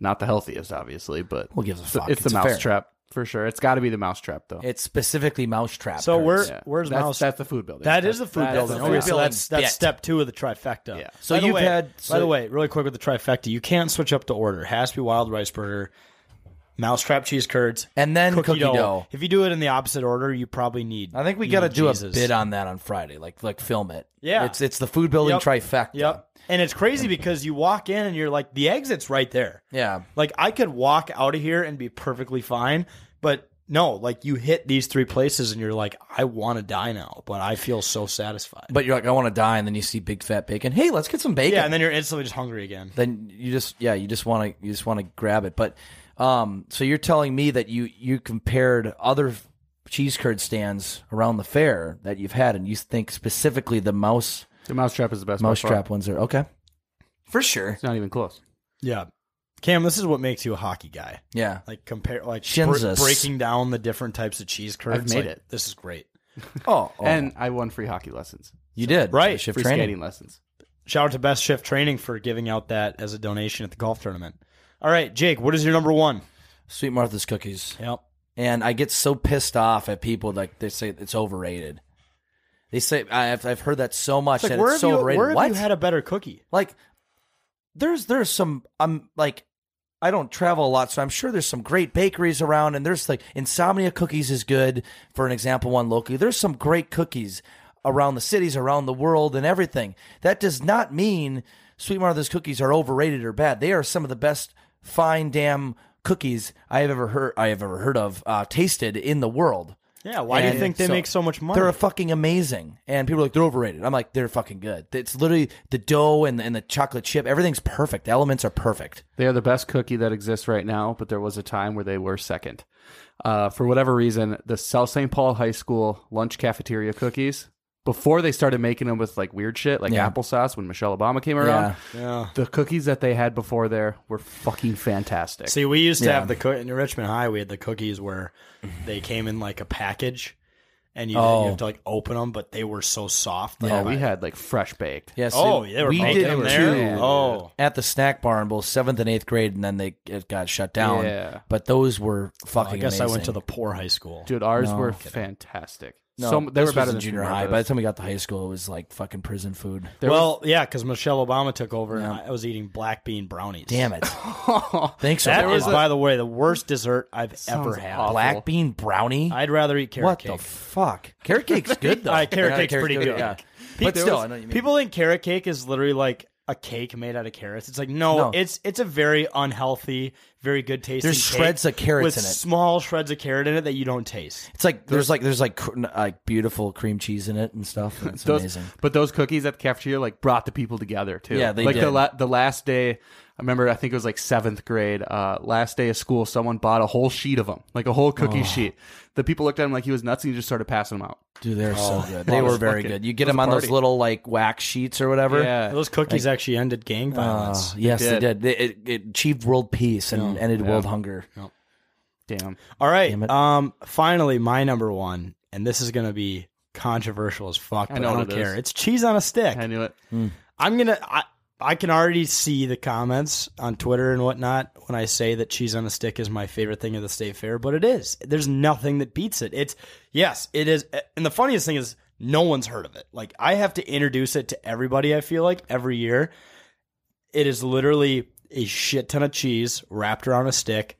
Speaker 9: Not the healthiest, obviously, but
Speaker 10: Who gives a fuck?
Speaker 9: It's, the
Speaker 10: It's a fair.
Speaker 9: mousetrap for sure. It's got to be the mousetrap though.
Speaker 10: It's specifically mousetrap.
Speaker 1: So
Speaker 10: curds.
Speaker 1: we're-
Speaker 9: Yeah.
Speaker 1: Where's
Speaker 9: that's,
Speaker 1: mouse-
Speaker 9: That's the food building.
Speaker 1: That is the food
Speaker 9: that's
Speaker 1: building.
Speaker 9: the
Speaker 1: Okay,
Speaker 10: food
Speaker 1: so that's
Speaker 10: building.
Speaker 1: that's step two of the trifecta.
Speaker 9: Yeah.
Speaker 10: So
Speaker 1: By the
Speaker 10: you've
Speaker 1: way-
Speaker 10: had-
Speaker 1: by
Speaker 10: so-
Speaker 1: the way, really quick with the trifecta, you can switch up the order. It has to be wild rice burger, mousetrap cheese curds,
Speaker 10: And then cookie dough.
Speaker 1: If you do it in the opposite order, you probably need.
Speaker 10: I think we
Speaker 1: you
Speaker 10: got to
Speaker 1: need
Speaker 10: do
Speaker 1: Jesus.
Speaker 10: a bid on that on Friday. Like like film it.
Speaker 1: Yeah.
Speaker 10: It's it's the food building
Speaker 1: Yep.
Speaker 10: trifecta.
Speaker 1: Yep. And it's crazy because you walk in and you're like, the exit's right there.
Speaker 10: Yeah.
Speaker 1: Like I could walk out of here and be perfectly fine, but no, like you hit these three places and you're like, I want to die now, but I feel so satisfied.
Speaker 10: But you're like, I want to die, and then you see big fat bacon. Hey, let's get some bacon.
Speaker 1: yeah, and then you're instantly just hungry again.
Speaker 10: then you just yeah you just want to you just want to grab it but um so you're telling me that you you compared other f- cheese curd stands around the fair that you've had and you think specifically the mouse
Speaker 9: The mousetrap is the best. by
Speaker 10: mouse
Speaker 9: far.
Speaker 10: trap ones are okay for sure
Speaker 9: It's not even close.
Speaker 1: Yeah. Cam, this is what makes you a hockey guy.
Speaker 10: yeah
Speaker 1: Like compare like
Speaker 10: Shinzus.
Speaker 1: breaking down the different types of cheese curds.
Speaker 9: made
Speaker 1: like,
Speaker 9: it.
Speaker 1: This is great.
Speaker 10: oh, oh,
Speaker 9: And I won free hockey lessons,
Speaker 10: you did
Speaker 1: Right.
Speaker 10: shift
Speaker 9: free
Speaker 10: training
Speaker 9: skating lessons.
Speaker 1: Shout out to Best Shift Training for giving out that as a donation at the golf tournament. All right, Jake, what is your number one?
Speaker 10: sweet martha's cookies
Speaker 1: Yep.
Speaker 10: and I get so pissed off at people like they say it's overrated. They say I have, I've heard that so much
Speaker 1: It's like,
Speaker 10: that
Speaker 1: where
Speaker 10: it's
Speaker 1: have
Speaker 10: so
Speaker 1: you,
Speaker 10: overrated.
Speaker 1: where have
Speaker 10: what?
Speaker 1: you had a better cookie?
Speaker 10: like there's there's some I'm like I don't travel a lot, so I'm sure there's some great bakeries around, and there's like Insomnia Cookies is good for an example one locally. There's some great cookies around the cities, around the world, and everything. That does not mean Sweet Martha's cookies are overrated or bad. They are some of the best fine damn cookies I have ever heard I have ever heard of uh, tasted in the world.
Speaker 1: Yeah, why do you
Speaker 10: And
Speaker 1: think they make so much money?
Speaker 10: They're fucking amazing, and people are like they're overrated. I'm like they're fucking good. It's literally the dough and and the chocolate chip. Everything's perfect. The elements are perfect.
Speaker 9: They are the best cookie that exists right now, but there was a time where they were second. Uh, for whatever reason, the South St. Paul High School lunch cafeteria cookies, before they started making them with like weird shit, like
Speaker 10: Yeah.
Speaker 9: applesauce when Michelle Obama came around, the cookies that they had before there were fucking fantastic.
Speaker 1: See, we used to have the cook in Richmond High. We had the cookies where they came in like a package, and you,
Speaker 10: Oh.
Speaker 1: you have to like open them, but they were so soft. Like,
Speaker 9: yeah, we had like fresh baked.
Speaker 10: Yes.
Speaker 1: Oh, they were
Speaker 10: we
Speaker 1: making
Speaker 10: did
Speaker 1: them
Speaker 10: too
Speaker 1: there. Oh,
Speaker 10: at the snack bar in both seventh and eighth grade, and then they it got shut down.
Speaker 9: Yeah.
Speaker 10: But those were
Speaker 1: Oh, I
Speaker 10: fucking.
Speaker 1: guess I went to
Speaker 10: amazing.
Speaker 1: the poor high school.
Speaker 9: Dude, ours
Speaker 10: No.
Speaker 9: were fantastic.
Speaker 10: No,
Speaker 9: so they
Speaker 10: this
Speaker 9: were better
Speaker 10: was in
Speaker 9: than
Speaker 10: junior
Speaker 9: Schumacher.
Speaker 10: high. By the time we got to high school, it was like fucking prison food.
Speaker 1: well, yeah, because Michelle Obama took over, and I was eating black bean brownies.
Speaker 10: Damn it! Thanks.
Speaker 1: That
Speaker 10: Obama.
Speaker 1: is, by the way, the worst dessert I've
Speaker 10: Sounds
Speaker 1: ever had.
Speaker 10: awful. Black bean brownie.
Speaker 1: I'd rather eat carrot
Speaker 10: what
Speaker 1: cake.
Speaker 10: the fuck? Carrot cake's good though.
Speaker 1: All right, carrot
Speaker 10: Yeah,
Speaker 1: cake's pretty
Speaker 10: cake,
Speaker 1: good.
Speaker 10: yeah.
Speaker 1: Pe-
Speaker 10: But
Speaker 1: there
Speaker 10: still,
Speaker 1: was-
Speaker 10: I know what you mean.
Speaker 1: people think carrot cake is literally like a cake made out of carrots. It's like no,
Speaker 10: No.
Speaker 1: it's it's a very unhealthy, very good tasting.
Speaker 10: There's
Speaker 1: cake
Speaker 10: shreds of carrots
Speaker 1: with
Speaker 10: in it.
Speaker 1: Small shreds of carrot in it that you don't taste.
Speaker 10: It's like there's like there's like cr- like beautiful cream cheese in it and stuff. and it's
Speaker 9: Those-
Speaker 10: amazing.
Speaker 9: But those cookies at the cafeteria like brought the people together too.
Speaker 10: Yeah, they
Speaker 9: like the
Speaker 10: did.
Speaker 9: la- the last day. I remember I think it was like seventh grade. Uh, last day of school, someone bought a whole sheet of them, like a whole cookie
Speaker 10: Oh.
Speaker 9: sheet. The people looked at him like he was nuts, and he just started passing them out.
Speaker 10: Dude, they're
Speaker 1: Oh.
Speaker 10: so good.
Speaker 9: It
Speaker 10: They were
Speaker 9: was
Speaker 10: very
Speaker 9: fucking-
Speaker 10: good.
Speaker 9: it
Speaker 10: You get
Speaker 9: was a
Speaker 10: them on those
Speaker 9: party.
Speaker 10: little like wax sheets or whatever.
Speaker 9: Yeah.
Speaker 1: Those cookies actually ended gang
Speaker 10: Uh,
Speaker 1: violence.
Speaker 10: yes, they did. They it, it achieved world peace and
Speaker 1: Yeah.
Speaker 10: ended
Speaker 1: Yeah.
Speaker 10: world hunger.
Speaker 9: Damn.
Speaker 1: All right. Um. Finally, my number one, and this is gonna be controversial as fuck,
Speaker 9: I
Speaker 1: but I,
Speaker 9: know what
Speaker 1: don't
Speaker 9: it
Speaker 1: care.
Speaker 9: is.
Speaker 1: It's cheese on a stick.
Speaker 9: I knew it.
Speaker 1: I'm gonna. I, I can already see the comments on Twitter and whatnot when I say that cheese on a stick is my favorite thing at the state fair, but it is. There's nothing that beats it. It's yes, it is. And the funniest thing is, no one's heard of it. Like I have to introduce it to everybody. I feel like every year, it is literally a shit ton of cheese wrapped around a stick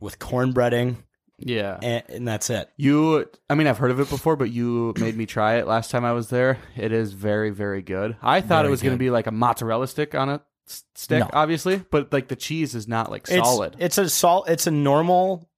Speaker 1: with corn breading,
Speaker 9: Yeah.
Speaker 1: and, and that's it.
Speaker 9: You, I mean, I've heard of it before, but you made me try it last time I was there. It is very, very good. I thought
Speaker 10: Very
Speaker 9: it was going to
Speaker 10: good.
Speaker 9: be like a mozzarella stick on a s- stick,
Speaker 10: No.
Speaker 9: obviously, but like the cheese is not like solid.
Speaker 1: It's, it's a salt. It's a normal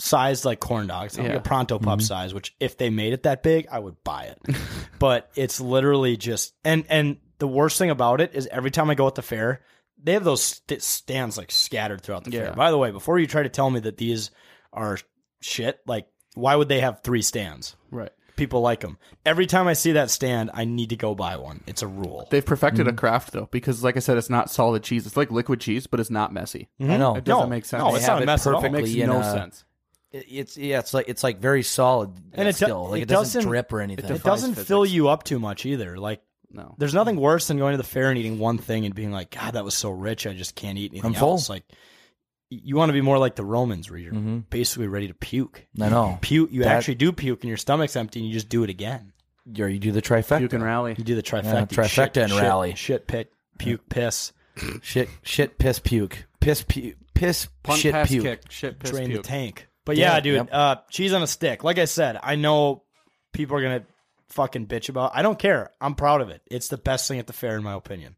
Speaker 1: size like corn dog. It's not like
Speaker 9: Yeah.
Speaker 1: a pronto pup
Speaker 10: Mm-hmm.
Speaker 1: size. Which if they made it that big, I would buy it. but it's literally just and and the worst thing about it is every time I go at the fair, they have those st- stands like scattered throughout the fair.
Speaker 9: Yeah.
Speaker 1: By the way, before you try to tell me that these are shit, like why would they have three stands?
Speaker 9: Right.
Speaker 1: People like them. Every time I see that stand, I need to go buy one. It's a rule.
Speaker 9: They've perfected
Speaker 1: Mm.
Speaker 9: a craft though, because like I said, it's not solid cheese. It's like liquid cheese, but it's not messy.
Speaker 1: Mm-hmm.
Speaker 10: I know.
Speaker 9: It doesn't
Speaker 1: No.
Speaker 9: make sense.
Speaker 1: No,
Speaker 10: They
Speaker 1: it's
Speaker 10: have
Speaker 1: not
Speaker 10: it
Speaker 1: a mess at all.
Speaker 10: perfectly
Speaker 9: Makes
Speaker 10: in
Speaker 9: no
Speaker 10: a-
Speaker 9: sense.
Speaker 10: It- It's yeah, it's like it's like very solid and
Speaker 1: it do-
Speaker 10: still like it, doesn't, drip or anything.
Speaker 1: It doesn't fill you up too much either. Like
Speaker 9: No.
Speaker 1: there's nothing worse than going to the fair and eating one thing and being like, God, that was so rich. I just can't eat anything
Speaker 10: I'm full.
Speaker 1: else. Like, y- you want to be more like the Romans, where you're
Speaker 10: Mhm.
Speaker 1: basically ready to puke.
Speaker 10: I know.
Speaker 1: Puke. You
Speaker 10: That-
Speaker 1: actually do puke, and your stomach's empty, and you just do it again.
Speaker 10: Yeah, you do the trifecta.
Speaker 9: You can rally.
Speaker 1: You do the trifecta.
Speaker 10: Yeah, trifecta
Speaker 1: Shit-
Speaker 10: and
Speaker 1: shit-
Speaker 10: rally.
Speaker 1: Shit, pit, puke, piss,
Speaker 10: shit, shit, piss, puke, piss, pu- piss,
Speaker 9: Punt
Speaker 10: shit,
Speaker 9: pass
Speaker 10: puke.
Speaker 9: kick. Shit piss
Speaker 1: drain
Speaker 9: puke.
Speaker 1: the tank. But
Speaker 10: Yeah,
Speaker 1: yeah, dude,
Speaker 10: yep.
Speaker 1: uh, cheese on a stick. Like I said, I know people are gonna fucking bitch about. I don't care. I'm proud of it. It's the best thing at the fair, in my opinion.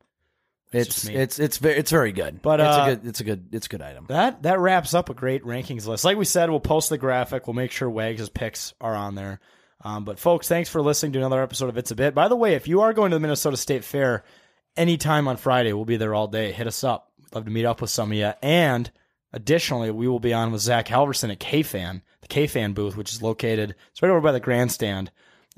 Speaker 10: It's
Speaker 1: just me.
Speaker 10: it's it's very it's very good.
Speaker 1: But,
Speaker 10: it's
Speaker 1: uh,
Speaker 10: a good it's a good it's a good item.
Speaker 1: That that wraps up a great rankings list. Like we said, we'll post the graphic. We'll make sure Wags' picks are on there. Um, but folks, thanks for listening to another episode of It's a Bit. By the way, if you are going to the Minnesota State Fair anytime on Friday, we'll be there all day. Hit us up. We'd love to meet up with some of you. And additionally, we will be on with Zach Halverson at KFan, the KFan booth, which is located it's right over by the grandstand.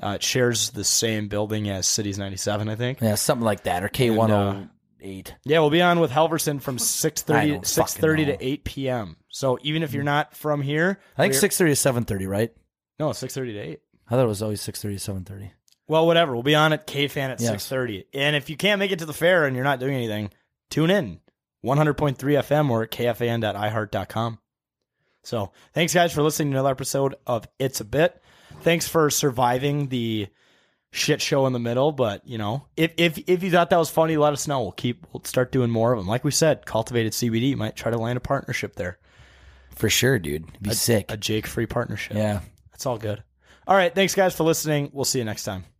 Speaker 1: Uh, it shares the same building as Cities 97, I think.
Speaker 10: Yeah, something like that or K one oh eight.
Speaker 1: Yeah, we'll be on with Halverson from 6.30,
Speaker 10: don't
Speaker 1: 6.30
Speaker 10: fucking know.
Speaker 1: to 8 p.m. So even if you're not from here,
Speaker 10: I think
Speaker 1: we're-
Speaker 10: six thirty to seven thirty, right?
Speaker 1: No, 6.30 to 8.
Speaker 10: I thought it was always six thirty to seven thirty.
Speaker 1: Well, whatever. We'll be on at KFan at
Speaker 10: Yes.
Speaker 1: 6.30. And if you can't make it to the fair and you're not doing anything, tune in. 100.3 FM or at kfan.iheart.com. So thanks, guys, for listening to another episode of It's a Bit. Thanks for surviving the shit show in the middle. But, you know, if, if, if you thought that was funny, let us know. We'll keep, we'll start doing more of them. Like we said, Cultivated CBD might try to land a partnership there.
Speaker 10: For sure, dude. It'd be
Speaker 1: a,
Speaker 10: sick.
Speaker 1: A Jake free partnership.
Speaker 10: yeah.
Speaker 1: That's all good. All right. Thanks, guys, for listening. We'll see you next time.